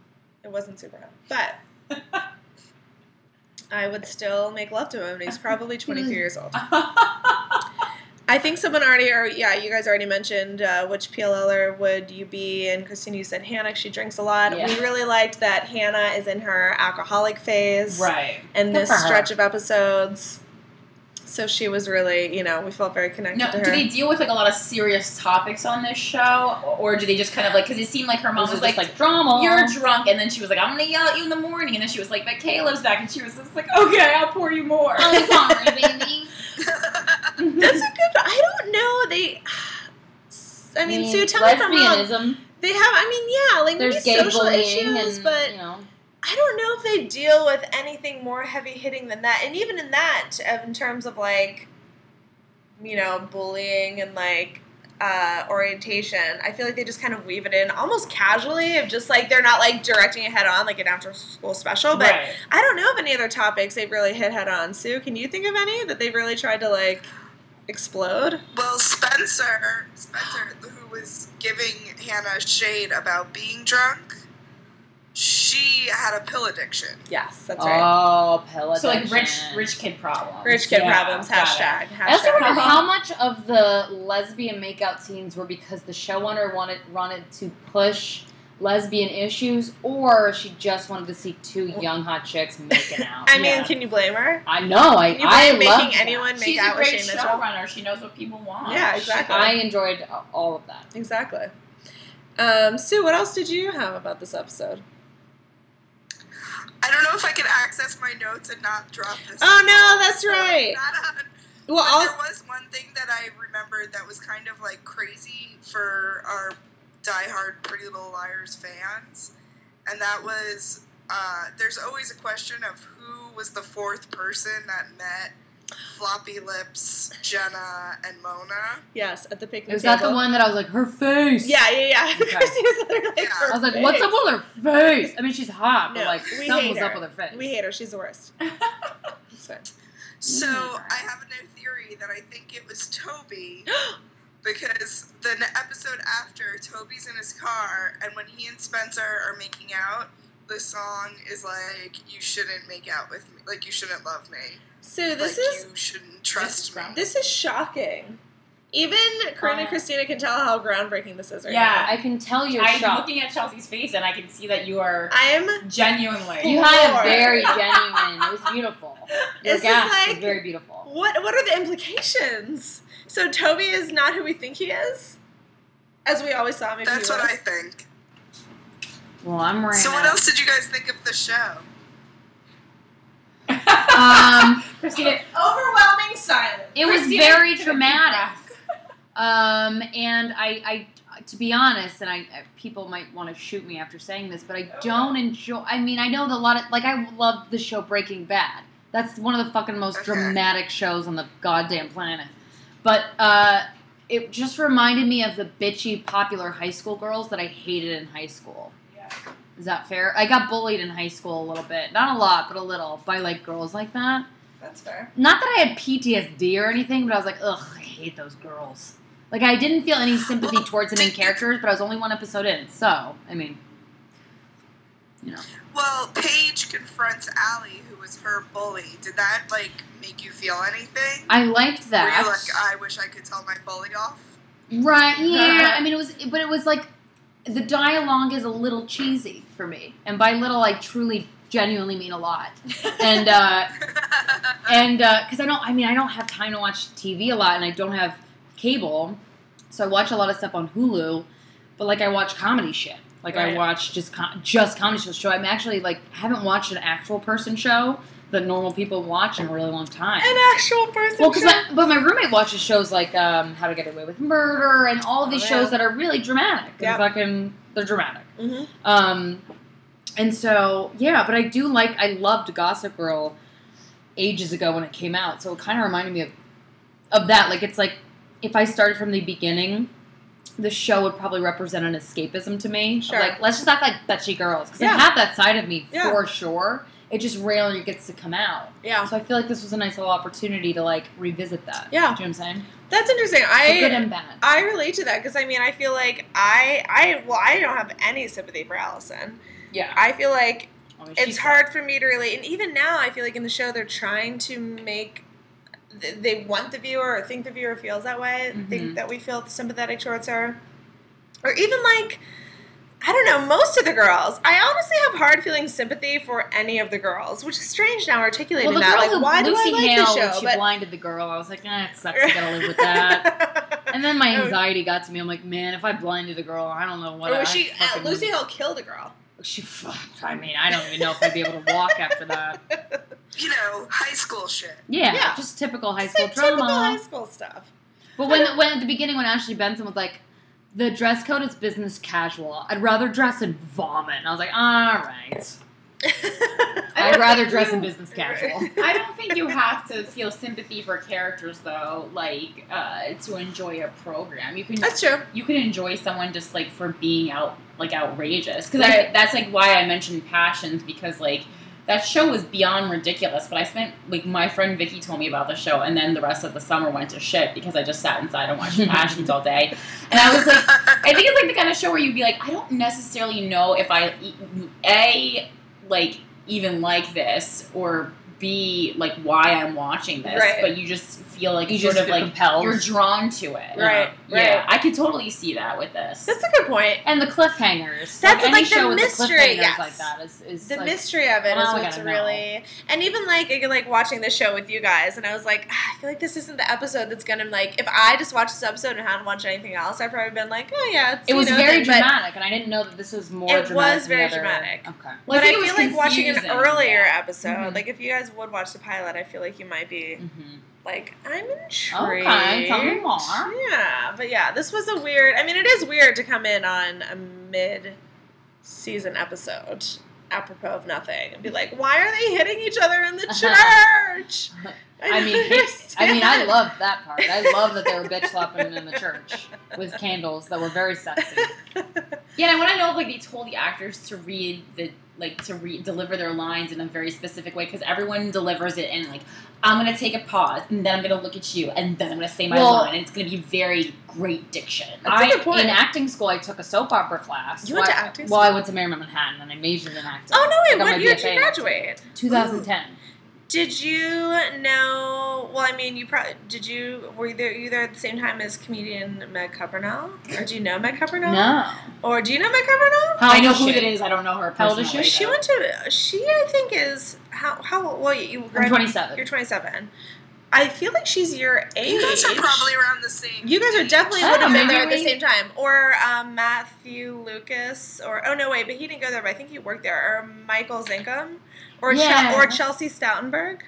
[SPEAKER 2] It wasn't super hot, but I would still make love to him. and He's probably 23 years old. I think someone already, or yeah, you guys already mentioned uh, which PLLer would you be, and Christina, you said Hannah. 'cause She drinks a lot.
[SPEAKER 9] Yeah.
[SPEAKER 2] We really liked that Hannah is in her alcoholic phase.
[SPEAKER 7] right.
[SPEAKER 2] in
[SPEAKER 9] Good
[SPEAKER 2] this
[SPEAKER 9] for her.
[SPEAKER 2] stretch of episodes. So she was really, you know, we felt very connected
[SPEAKER 7] No,
[SPEAKER 2] to her.
[SPEAKER 7] do they deal with like a lot of serious topics on this show, or do they just kind of like? Because it seemed like her mom
[SPEAKER 9] Those
[SPEAKER 7] was
[SPEAKER 9] are just
[SPEAKER 7] like,
[SPEAKER 9] like drama. <laughs>
[SPEAKER 7] "You're drunk," and then she was like, "I'm gonna yell at you in the morning," and then she was like, "But Caleb's back," and she was just like, "Okay, I'll pour you
[SPEAKER 9] <laughs>
[SPEAKER 7] more." <laughs>
[SPEAKER 9] I'm sorry, baby.
[SPEAKER 2] That's a good. I don't know. They. <sighs> I mean, Sue, tell me if I'm wrong.
[SPEAKER 9] lesbianism.
[SPEAKER 2] They have. I mean, yeah, like
[SPEAKER 9] There's
[SPEAKER 2] maybe
[SPEAKER 9] gay
[SPEAKER 2] social
[SPEAKER 9] bullying,
[SPEAKER 2] issues,
[SPEAKER 9] and
[SPEAKER 2] but
[SPEAKER 9] you know,
[SPEAKER 2] I don't know if they deal with anything more heavy hitting than that. And even in that, uh, in terms of like, you know, bullying and like uh, orientation, I feel like they just kind of weave it in almost casually. Of just like they're not like directing it head on like an after school special, Oh, but
[SPEAKER 7] right.
[SPEAKER 2] I don't know of any other topics they've really hit head on. Sue, can you think of any that they've really tried to like explode?
[SPEAKER 8] Well, Spencer, Spencer, who was giving Hannah shade about being drunk, she had a pill addiction.
[SPEAKER 2] Yes, that's right.
[SPEAKER 9] oh, pillow.
[SPEAKER 7] So like rich,
[SPEAKER 9] addiction.
[SPEAKER 7] rich kid problems.
[SPEAKER 2] Rich kid
[SPEAKER 7] Yeah,
[SPEAKER 2] problems.
[SPEAKER 7] got
[SPEAKER 2] Hashtag. hashtag. <laughs>
[SPEAKER 9] I also wonder how much of the lesbian makeout scenes were because the showrunner wanted wanted to push lesbian issues, or she just wanted to see two young hot chicks making
[SPEAKER 2] <laughs>
[SPEAKER 9] out.
[SPEAKER 2] I mean,
[SPEAKER 7] Yeah.
[SPEAKER 2] can you blame her?
[SPEAKER 9] I know. I
[SPEAKER 2] Can you
[SPEAKER 9] I
[SPEAKER 2] blame
[SPEAKER 9] loved
[SPEAKER 2] making
[SPEAKER 9] that.
[SPEAKER 2] anyone
[SPEAKER 7] it.
[SPEAKER 2] make
[SPEAKER 7] She's
[SPEAKER 2] out
[SPEAKER 7] a great
[SPEAKER 2] with Shane Mitchell?
[SPEAKER 7] showrunner. She knows what people want.
[SPEAKER 2] Yeah, exactly.
[SPEAKER 9] I enjoyed uh, all of that.
[SPEAKER 2] Exactly. Um, Sue, what else did you have about this episode?
[SPEAKER 8] I don't know if I can access my notes and not drop this.
[SPEAKER 2] Oh no, that's right.
[SPEAKER 8] Not on-
[SPEAKER 2] Well,
[SPEAKER 8] But
[SPEAKER 2] I'll,
[SPEAKER 8] there was one thing that I remembered that was kind of like crazy for our diehard Pretty Little Liars fans, and that was uh, there's always a question of who was the fourth person that met Floppy Lips, Jenna, and Mona.
[SPEAKER 2] yes, at the picnic
[SPEAKER 9] Is that the
[SPEAKER 2] table.
[SPEAKER 9] one that I was like, her face?
[SPEAKER 2] Yeah, yeah, yeah. <laughs>
[SPEAKER 9] Okay.
[SPEAKER 2] Christina's literally like,
[SPEAKER 8] Yeah.
[SPEAKER 9] I was like, what's up with her face? I mean, she's hot,
[SPEAKER 2] No,
[SPEAKER 9] but like,
[SPEAKER 2] we
[SPEAKER 9] something
[SPEAKER 2] hate
[SPEAKER 9] was
[SPEAKER 2] her.
[SPEAKER 9] up with her face.
[SPEAKER 2] We hate her. She's the
[SPEAKER 9] <laughs>
[SPEAKER 2] worst. That's fine.
[SPEAKER 8] So
[SPEAKER 2] Mm-hmm.
[SPEAKER 9] Mhm.
[SPEAKER 8] I have a new theory that I think it
[SPEAKER 2] <gasps>
[SPEAKER 8] was Toby. Because the n- episode after, Toby's in his car, and when he and Spencer are making out, the song is like, "You shouldn't make out with me. Like you shouldn't love me.
[SPEAKER 2] Sue, this
[SPEAKER 8] like
[SPEAKER 2] is
[SPEAKER 8] you shouldn't trust me."
[SPEAKER 2] This is shocking. Even Corinne and
[SPEAKER 7] Uh,
[SPEAKER 2] Christina can tell how groundbreaking this is right
[SPEAKER 7] Yeah.
[SPEAKER 9] I can tell you're
[SPEAKER 7] I'm
[SPEAKER 9] shocked.
[SPEAKER 7] looking at Chelsea's face, and I can see that you are
[SPEAKER 2] now. I'm
[SPEAKER 7] genuinely.
[SPEAKER 9] you had
[SPEAKER 2] Lord.
[SPEAKER 9] a very genuine. It
[SPEAKER 2] <laughs>
[SPEAKER 9] was beautiful. Your
[SPEAKER 2] This is
[SPEAKER 9] gasp was
[SPEAKER 2] like-
[SPEAKER 9] very beautiful.
[SPEAKER 2] what what are the implications? So Toby is not who we think he is? As we always thought maybe
[SPEAKER 8] That's
[SPEAKER 2] he
[SPEAKER 8] what
[SPEAKER 2] was.
[SPEAKER 8] I think.
[SPEAKER 9] Well, I'm right.
[SPEAKER 8] So what else <laughs> did you guys think of the show?
[SPEAKER 9] Um,
[SPEAKER 7] Christina,
[SPEAKER 2] <laughs> Overwhelming silence.
[SPEAKER 9] it was
[SPEAKER 2] <laughs>
[SPEAKER 7] Christina-
[SPEAKER 9] very dramatic. Um, and I, I, to be honest, and I, I- people might want to shoot me after saying this, but I don't enjoy. I mean, I know that a lot of like I love the show Breaking Bad. That's one of the fucking most
[SPEAKER 8] Okay.
[SPEAKER 9] dramatic shows on the goddamn planet. But uh, it just reminded me of the bitchy popular high school girls that I hated in high school. Is that fair? I got bullied in high school a little bit. Not a lot, but a little by like girls like that.
[SPEAKER 2] That's fair.
[SPEAKER 9] Not that I had PTSD or anything, but I was like, ugh, I hate those girls. Like I didn't feel any sympathy towards the main characters, but I was only one episode in, so I mean, you know,
[SPEAKER 8] Well, Paige confronts Allie, who was her bully. Did that like make you feel anything?
[SPEAKER 9] I liked that.
[SPEAKER 8] Were you like, I wish I could tell my bully off?
[SPEAKER 9] Right. Yeah. I mean, it was, but it was like the dialogue is a little cheesy for me, and by little, I truly, genuinely mean a lot. And uh, and because I don't, I mean, I don't have time to watch TV a lot, and I don't have cable, so I watch a lot of stuff on Hulu. But like, I watch comedy shit. Like, I
[SPEAKER 7] Right.
[SPEAKER 9] watch just com- just comedy shows. So I'm actually like haven't watched an actual person show that normal people watch in a really long time.
[SPEAKER 2] An actual person.
[SPEAKER 9] Well, because
[SPEAKER 2] show.
[SPEAKER 9] but my roommate watches shows like um, How to Get Away with Murder and all of these
[SPEAKER 2] Oh, yeah.
[SPEAKER 9] shows that are really dramatic. And
[SPEAKER 2] Yeah.
[SPEAKER 9] fucking, they're dramatic.
[SPEAKER 2] Mhm.
[SPEAKER 9] Um, and so yeah, but I do like I loved Gossip Girl ages ago when it came out, so it kind of reminded me of of that. Like it's like if I started from the beginning. The show would probably represent an escapism to me. of,
[SPEAKER 2] Sure.
[SPEAKER 9] Like, let's just act like bitchy girls. Because
[SPEAKER 2] Yeah.
[SPEAKER 9] I have that side of me
[SPEAKER 2] Yeah.
[SPEAKER 9] for sure. It just rarely gets to come out.
[SPEAKER 2] yeah,
[SPEAKER 9] So I feel like this was a nice little opportunity to like revisit that.
[SPEAKER 2] Yeah.
[SPEAKER 9] Do you know what I'm saying?
[SPEAKER 2] that's interesting. I
[SPEAKER 9] So good and bad.
[SPEAKER 2] I relate to that because I mean I feel like I I well I don't have any sympathy for Allison.
[SPEAKER 9] Yeah.
[SPEAKER 2] I feel like
[SPEAKER 9] I mean,
[SPEAKER 2] it's
[SPEAKER 9] she's-
[SPEAKER 2] hard for me to relate, and even now I feel like in the show they're trying to make th- they want the viewer or think the viewer feels that way, think
[SPEAKER 9] Mhm.
[SPEAKER 2] that we feel sympathetic towards her, or even like. I don't know, most of the girls. I honestly have hard feeling sympathy for any of the girls, which is strange now articulating
[SPEAKER 9] Well, the girl
[SPEAKER 2] that. Like,
[SPEAKER 9] who
[SPEAKER 2] why
[SPEAKER 9] Lucy
[SPEAKER 2] do I like
[SPEAKER 9] Hale,
[SPEAKER 2] the
[SPEAKER 9] when
[SPEAKER 2] show? <laughs>
[SPEAKER 9] she blinded the girl, I was like, eh, it sucks. I gotta live with that. And then my
[SPEAKER 2] Oh.
[SPEAKER 9] anxiety got to me. I'm like, man, if I blinded a girl, I don't know <laughs> what.
[SPEAKER 2] or
[SPEAKER 9] I
[SPEAKER 2] was she? uh,
[SPEAKER 9] fucking
[SPEAKER 2] Lucy
[SPEAKER 9] would-
[SPEAKER 2] Hale killed a girl.
[SPEAKER 9] She. fucked. I mean, I don't even know if I'd be able to walk
[SPEAKER 2] <laughs>
[SPEAKER 9] after that.
[SPEAKER 8] You know, high school shit.
[SPEAKER 9] Yeah,
[SPEAKER 2] Yeah.
[SPEAKER 9] just typical high
[SPEAKER 2] It's
[SPEAKER 9] school
[SPEAKER 2] like
[SPEAKER 9] drama.
[SPEAKER 2] Typical high school stuff. <laughs>
[SPEAKER 9] But when, when at the beginning, when Ashley Benson was like, the dress code is business casual. I'd rather dress and vomit. And I was like, all right. I'd rather dress in business
[SPEAKER 2] <laughs>
[SPEAKER 9] casual.
[SPEAKER 7] I don't think you have to feel sympathy for characters though, like uh, to enjoy a program. You can
[SPEAKER 2] That's true.
[SPEAKER 7] you can enjoy someone just like for being out like outrageous because
[SPEAKER 2] Right.
[SPEAKER 7] that's like why I mentioned passions because like that show was beyond ridiculous. But I spent like my friend Vicky told me about the show, and then the rest of the summer went to shit because I just sat inside and watched
[SPEAKER 9] <laughs>
[SPEAKER 7] passions all day, and I was like. I think it's like the kind of show where you'd be like, I don't necessarily know if I e- a like even like this or b like why I'm watching this,
[SPEAKER 2] Right.
[SPEAKER 7] but you just feel like
[SPEAKER 9] You
[SPEAKER 7] sort
[SPEAKER 9] just
[SPEAKER 7] of
[SPEAKER 9] feel
[SPEAKER 7] like
[SPEAKER 9] compelled.
[SPEAKER 7] you're drawn to it.
[SPEAKER 2] Right,
[SPEAKER 7] Yeah,
[SPEAKER 2] right.
[SPEAKER 7] I could totally see that with this.
[SPEAKER 2] That's a good point.
[SPEAKER 9] and the cliffhangers.
[SPEAKER 2] That's
[SPEAKER 9] any
[SPEAKER 2] like the
[SPEAKER 9] show with
[SPEAKER 2] mystery,
[SPEAKER 9] The cliffhangers
[SPEAKER 2] yes.
[SPEAKER 9] like that is, is
[SPEAKER 2] The
[SPEAKER 9] like,
[SPEAKER 2] mystery of it is
[SPEAKER 9] Well, we
[SPEAKER 2] what's
[SPEAKER 9] gotta know.
[SPEAKER 2] really, and even like I- like watching this show with you guys, and I was like, "Ah, I feel like this isn't the episode that's gonna like. If I just watched this episode and hadn't watched anything else, I'd probably been like, oh yeah, it's,
[SPEAKER 9] It
[SPEAKER 2] you
[SPEAKER 9] was
[SPEAKER 2] know,
[SPEAKER 9] very
[SPEAKER 2] thing," but-
[SPEAKER 9] dramatic, and I didn't know that this was more.
[SPEAKER 2] It
[SPEAKER 9] dramatic
[SPEAKER 2] was
[SPEAKER 9] than
[SPEAKER 2] very
[SPEAKER 9] the other-
[SPEAKER 2] dramatic.
[SPEAKER 9] Okay.
[SPEAKER 7] Well,
[SPEAKER 2] but I,
[SPEAKER 7] think it was
[SPEAKER 2] feel like watching an
[SPEAKER 7] confusing.
[SPEAKER 2] earlier episode,
[SPEAKER 9] Mhm.
[SPEAKER 2] like if you guys would watch the pilot, I feel like you might <laughs> be
[SPEAKER 9] hmm
[SPEAKER 2] like, I'm intrigued.
[SPEAKER 9] Okay, tell me more.
[SPEAKER 2] Yeah, but yeah, this was a weird. I mean, it is weird to come in on a mid-season episode apropos of nothing and be like, "Why are they hitting each other
[SPEAKER 9] <laughs>
[SPEAKER 2] in the church?"
[SPEAKER 9] I mean,
[SPEAKER 2] <laughs> don't
[SPEAKER 9] I mean, I
[SPEAKER 2] understand.
[SPEAKER 9] love that part. I love that they were bitch slapping in the church with candles that were
[SPEAKER 2] <laughs>
[SPEAKER 9] very sexy.
[SPEAKER 7] Yeah, and I want to know if like they told the actors to read the like to read deliver their lines in a very specific way because everyone delivers it in like I'm gonna take a pause and then I'm gonna look at you and then I'm gonna say my
[SPEAKER 9] Well-
[SPEAKER 7] line and it's gonna be very great diction.
[SPEAKER 2] That's a
[SPEAKER 9] I-
[SPEAKER 2] good point.
[SPEAKER 9] In acting school, I took a soap opera class.
[SPEAKER 2] You went to
[SPEAKER 9] Well, I-
[SPEAKER 2] acting
[SPEAKER 9] Well, I went to Marymount Manhattan, and I majored in acting.
[SPEAKER 2] Oh
[SPEAKER 9] I
[SPEAKER 2] no!
[SPEAKER 9] got
[SPEAKER 2] Wait,
[SPEAKER 9] my
[SPEAKER 2] what year did
[SPEAKER 9] BFA
[SPEAKER 2] you
[SPEAKER 9] in acting.
[SPEAKER 2] graduate?
[SPEAKER 9] 2010.
[SPEAKER 2] Did you know? Well, I mean, you probably did. You were you there, you there at the same time as comedian Meg Cupernell? Or do you know Meg Cupernell?
[SPEAKER 9] No.
[SPEAKER 2] Or do you know Meg Cupernell?
[SPEAKER 9] How
[SPEAKER 7] I know
[SPEAKER 9] old
[SPEAKER 7] who
[SPEAKER 9] is
[SPEAKER 7] that
[SPEAKER 9] she?
[SPEAKER 7] is. I don't know her
[SPEAKER 9] How old
[SPEAKER 7] personally.
[SPEAKER 9] is
[SPEAKER 2] But she
[SPEAKER 7] though.
[SPEAKER 2] went to. She, I think, is how how well you. you
[SPEAKER 9] I'm
[SPEAKER 2] grad-
[SPEAKER 9] 27.
[SPEAKER 2] You're 27. I feel like she's your age.
[SPEAKER 8] You guys are probably around the same.
[SPEAKER 2] You guys are definitely
[SPEAKER 9] Oh,
[SPEAKER 2] would have been there at
[SPEAKER 9] maybe
[SPEAKER 2] the
[SPEAKER 9] we-
[SPEAKER 2] same time, or um, Matthew Lucas, or oh no, wait, but he didn't go there. But I think he worked there, or Michael Zinkum, or Chel-
[SPEAKER 9] Yeah.
[SPEAKER 2] or Chelsea Stoutenberg.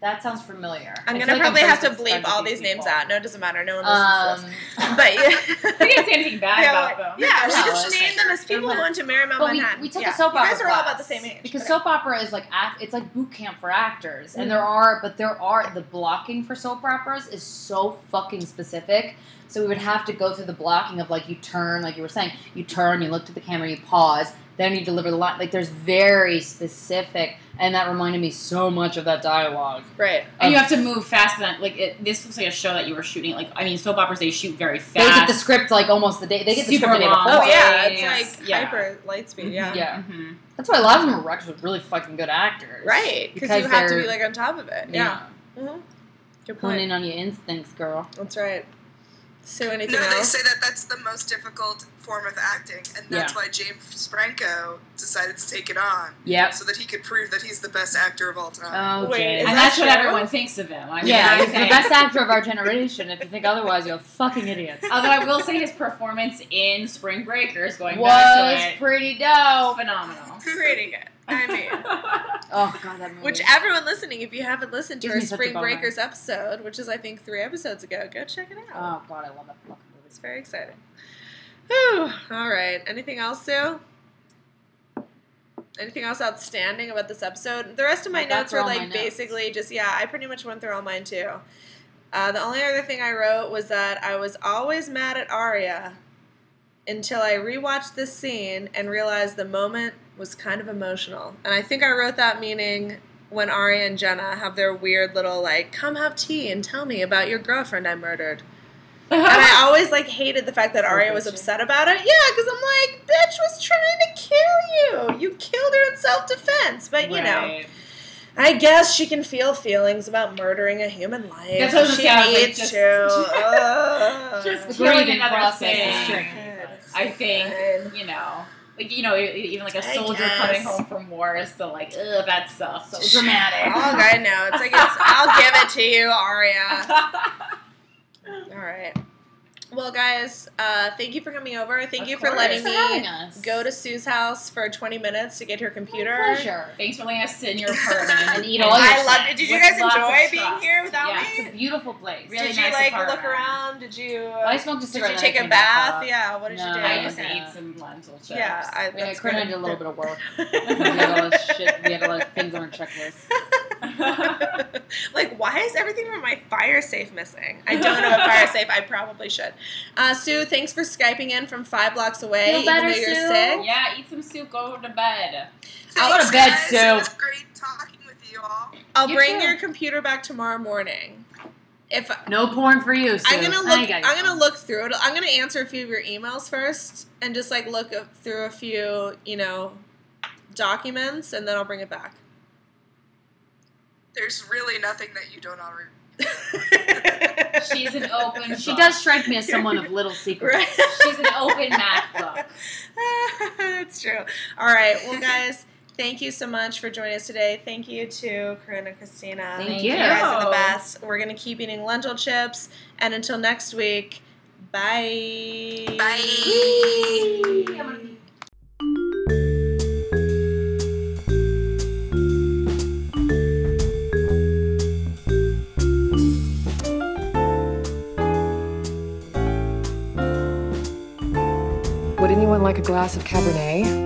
[SPEAKER 9] That sounds familiar.
[SPEAKER 2] I'm
[SPEAKER 9] I feel
[SPEAKER 2] gonna
[SPEAKER 9] like
[SPEAKER 2] probably
[SPEAKER 9] friends
[SPEAKER 2] have to
[SPEAKER 9] with
[SPEAKER 2] bleep
[SPEAKER 9] friends
[SPEAKER 2] all
[SPEAKER 9] with
[SPEAKER 2] these names
[SPEAKER 9] people.
[SPEAKER 2] out. No, it doesn't matter. No one listens
[SPEAKER 9] Um,
[SPEAKER 2] to this. <laughs>
[SPEAKER 9] <laughs>
[SPEAKER 2] But
[SPEAKER 7] We
[SPEAKER 2] yeah.
[SPEAKER 7] didn't say anything
[SPEAKER 2] <laughs>
[SPEAKER 7] bad
[SPEAKER 2] Yeah,
[SPEAKER 7] about
[SPEAKER 2] like-
[SPEAKER 7] them.
[SPEAKER 2] Yeah, we
[SPEAKER 9] No,
[SPEAKER 2] just
[SPEAKER 9] it's
[SPEAKER 2] named
[SPEAKER 9] like-
[SPEAKER 2] them as people who went to Marymount
[SPEAKER 9] But we,
[SPEAKER 2] Manhattan.
[SPEAKER 9] we took
[SPEAKER 2] yeah.
[SPEAKER 9] a soap
[SPEAKER 2] You guys
[SPEAKER 9] opera
[SPEAKER 2] are all about
[SPEAKER 9] class,
[SPEAKER 2] the same age.
[SPEAKER 9] because
[SPEAKER 2] Okay.
[SPEAKER 9] soap opera is like act, it's like boot camp for actors,
[SPEAKER 2] Mm.
[SPEAKER 9] and there are but there are the blocking for soap operas is so fucking specific. So we would have to go through the blocking of like you turn, like you were saying, you turn, you look to the camera, you pause, then you deliver the line. Like there's very specific, and that reminded me so much of that dialogue.
[SPEAKER 2] right.
[SPEAKER 7] And you have to move faster than like it, this looks like a show that you were shooting. Like I mean, soap operas they shoot very
[SPEAKER 9] They get the
[SPEAKER 7] fast.
[SPEAKER 9] script like almost the day they get the
[SPEAKER 7] Super
[SPEAKER 9] script the day
[SPEAKER 7] long.
[SPEAKER 9] before.
[SPEAKER 2] Oh, yeah,
[SPEAKER 7] yes,
[SPEAKER 2] it's like
[SPEAKER 7] yeah.
[SPEAKER 2] hyper light speed. Yeah.
[SPEAKER 9] Yeah.
[SPEAKER 7] Mhm.
[SPEAKER 9] That's why a lot of them are actually really fucking good actors.
[SPEAKER 2] Right, because
[SPEAKER 9] Because
[SPEAKER 2] you have to
[SPEAKER 9] they're-
[SPEAKER 2] be like on top of it. Yeah. Mhm. Good
[SPEAKER 9] Hone
[SPEAKER 2] point.
[SPEAKER 9] in on your instincts, girl.
[SPEAKER 2] That's right. So anything
[SPEAKER 8] No, they
[SPEAKER 2] else?
[SPEAKER 8] say that that's the most difficult form of acting, and that's
[SPEAKER 9] Yeah.
[SPEAKER 8] why James Franco decided to take it on
[SPEAKER 9] Yep.
[SPEAKER 8] so that he could prove that he's the best actor of all time.
[SPEAKER 9] Oh,
[SPEAKER 2] Wait,
[SPEAKER 9] Jay.
[SPEAKER 2] is
[SPEAKER 7] And <laughs>
[SPEAKER 2] that
[SPEAKER 7] that's what
[SPEAKER 2] true?
[SPEAKER 7] everyone thinks of him. I mean,
[SPEAKER 9] yeah,
[SPEAKER 7] I
[SPEAKER 9] he's the
[SPEAKER 7] think-
[SPEAKER 9] best actor of our generation. If you think otherwise, you're a fucking
[SPEAKER 7] <laughs>
[SPEAKER 9] idiot.
[SPEAKER 7] Although I will say his performance in Spring Breakers, going
[SPEAKER 9] Was
[SPEAKER 7] back to it,
[SPEAKER 9] pretty
[SPEAKER 7] <laughs>
[SPEAKER 9] dope.
[SPEAKER 7] phenomenal.
[SPEAKER 2] Pretty good. I <laughs> mean,
[SPEAKER 9] Oh god, that movie.
[SPEAKER 2] which everyone listening, if you haven't listened to
[SPEAKER 9] Gives
[SPEAKER 2] our
[SPEAKER 9] me such a
[SPEAKER 2] Spring
[SPEAKER 9] bummer.
[SPEAKER 2] Breakers episode, which is I think three episodes ago, go check it out.
[SPEAKER 9] oh god, I love that fucking movie.
[SPEAKER 2] It's very exciting. Whew. All right. Anything else, Sue? Anything else outstanding about this episode? The rest of my
[SPEAKER 9] I got
[SPEAKER 2] notes
[SPEAKER 9] through
[SPEAKER 2] were
[SPEAKER 9] all my
[SPEAKER 2] like
[SPEAKER 9] notes.
[SPEAKER 2] basically just yeah. I pretty much went through all mine too. Uh, the only other thing I wrote was that I was always mad at Arya until I rewatched this scene and realized the moment was kind of emotional. And I think I wrote that meaning when Arya and Jenna have their weird little like, come have tea and tell me about your girlfriend I murdered. And
[SPEAKER 7] <laughs>
[SPEAKER 2] I always like hated the fact that Arya was
[SPEAKER 9] bitchy.
[SPEAKER 2] upset about it. Yeah, because I'm like, bitch was trying to kill you. You killed her in self defense. But you know,
[SPEAKER 7] Right.
[SPEAKER 2] I guess she can feel feelings about murdering a human life.
[SPEAKER 7] That's what I was
[SPEAKER 2] she
[SPEAKER 7] gonna say, I was like,
[SPEAKER 2] needs
[SPEAKER 7] just-
[SPEAKER 2] to. Ugh.
[SPEAKER 7] Just <laughs>
[SPEAKER 9] The grieving
[SPEAKER 7] uh, Really another
[SPEAKER 9] process
[SPEAKER 7] thing.
[SPEAKER 9] is tricky.
[SPEAKER 7] I think you know, like you know, e- even like a
[SPEAKER 2] I
[SPEAKER 7] soldier
[SPEAKER 2] guess.
[SPEAKER 7] coming home from war is still like, ugh, that stuff. So
[SPEAKER 2] All
[SPEAKER 7] <laughs> dramatic.
[SPEAKER 2] right, now it's like it's, I'll give it to you, Arya. All right. Well, guys, uh, thank you for coming over. Thank
[SPEAKER 7] Of
[SPEAKER 2] you for
[SPEAKER 7] course.
[SPEAKER 2] letting
[SPEAKER 9] Thanks for having
[SPEAKER 2] me
[SPEAKER 9] us.
[SPEAKER 2] go to Sue's house for 20 minutes to get her
[SPEAKER 9] My
[SPEAKER 2] computer.
[SPEAKER 9] pleasure.
[SPEAKER 7] Thanks for letting us sit in your apartment <laughs>
[SPEAKER 9] And eat all your
[SPEAKER 2] I
[SPEAKER 9] shit.
[SPEAKER 2] loved it. Did you
[SPEAKER 7] With
[SPEAKER 2] guys
[SPEAKER 7] lots of
[SPEAKER 2] enjoy being
[SPEAKER 7] trust.
[SPEAKER 2] here without
[SPEAKER 7] Yes.
[SPEAKER 2] me?
[SPEAKER 9] It's a beautiful place.
[SPEAKER 7] Really
[SPEAKER 2] Did you
[SPEAKER 7] nice
[SPEAKER 2] like
[SPEAKER 7] apartment.
[SPEAKER 2] look around? Did you? uh,
[SPEAKER 9] I smoked a
[SPEAKER 2] did you
[SPEAKER 9] cigarette.
[SPEAKER 2] take
[SPEAKER 9] and I
[SPEAKER 2] a
[SPEAKER 9] came back
[SPEAKER 2] bath?
[SPEAKER 9] up.
[SPEAKER 2] Yeah. What did
[SPEAKER 9] No,
[SPEAKER 2] you do?
[SPEAKER 7] I
[SPEAKER 9] I
[SPEAKER 7] just
[SPEAKER 9] Yeah.
[SPEAKER 7] ate some lentil chips.
[SPEAKER 2] yeah, I,
[SPEAKER 9] Yeah,
[SPEAKER 2] that's
[SPEAKER 9] Corinne
[SPEAKER 2] good.
[SPEAKER 9] and I did
[SPEAKER 2] <laughs>
[SPEAKER 9] a little bit of work. <laughs> we had all
[SPEAKER 2] of.
[SPEAKER 9] this shit. We had a lot of things on our checklist.
[SPEAKER 2] <laughs> like, why is everything from my fire safe missing? I don't know a fire safe. I probably should. Uh, Sue, thanks for skyping in from five blocks away,
[SPEAKER 9] Feel
[SPEAKER 2] even
[SPEAKER 9] better,
[SPEAKER 2] though you're sick.
[SPEAKER 9] Sue?
[SPEAKER 7] <laughs> yeah, eat some soup. Go to bed.
[SPEAKER 9] I'll go to bed,
[SPEAKER 8] Thanks, guys.
[SPEAKER 9] Sue.
[SPEAKER 8] It was great talking with you all.
[SPEAKER 2] I'll
[SPEAKER 9] You
[SPEAKER 2] bring
[SPEAKER 9] too.
[SPEAKER 2] your computer back tomorrow morning. If
[SPEAKER 9] No porn for you. Sue.
[SPEAKER 2] I'm gonna
[SPEAKER 9] I
[SPEAKER 2] look,
[SPEAKER 9] got you.
[SPEAKER 2] I'm gonna look through it. I'm gonna answer a few of your emails first, and just like look up through a few, you know, documents, and then I'll bring it back.
[SPEAKER 8] There's really nothing that you don't already.
[SPEAKER 2] <laughs>
[SPEAKER 7] She's an open.
[SPEAKER 9] She
[SPEAKER 7] book.
[SPEAKER 9] does strike me as someone of little secrets.
[SPEAKER 2] Right.
[SPEAKER 7] She's an open MacBook.
[SPEAKER 2] That's true. All right. Well, guys, thank you so much for joining us today. Thank you to Corinne and Christina.
[SPEAKER 9] Thank
[SPEAKER 2] you.
[SPEAKER 9] you.
[SPEAKER 2] guys are the best. We're going to keep eating lentil chips. And until next week, bye.
[SPEAKER 8] Bye.
[SPEAKER 6] Would anyone like a glass of Cabernet?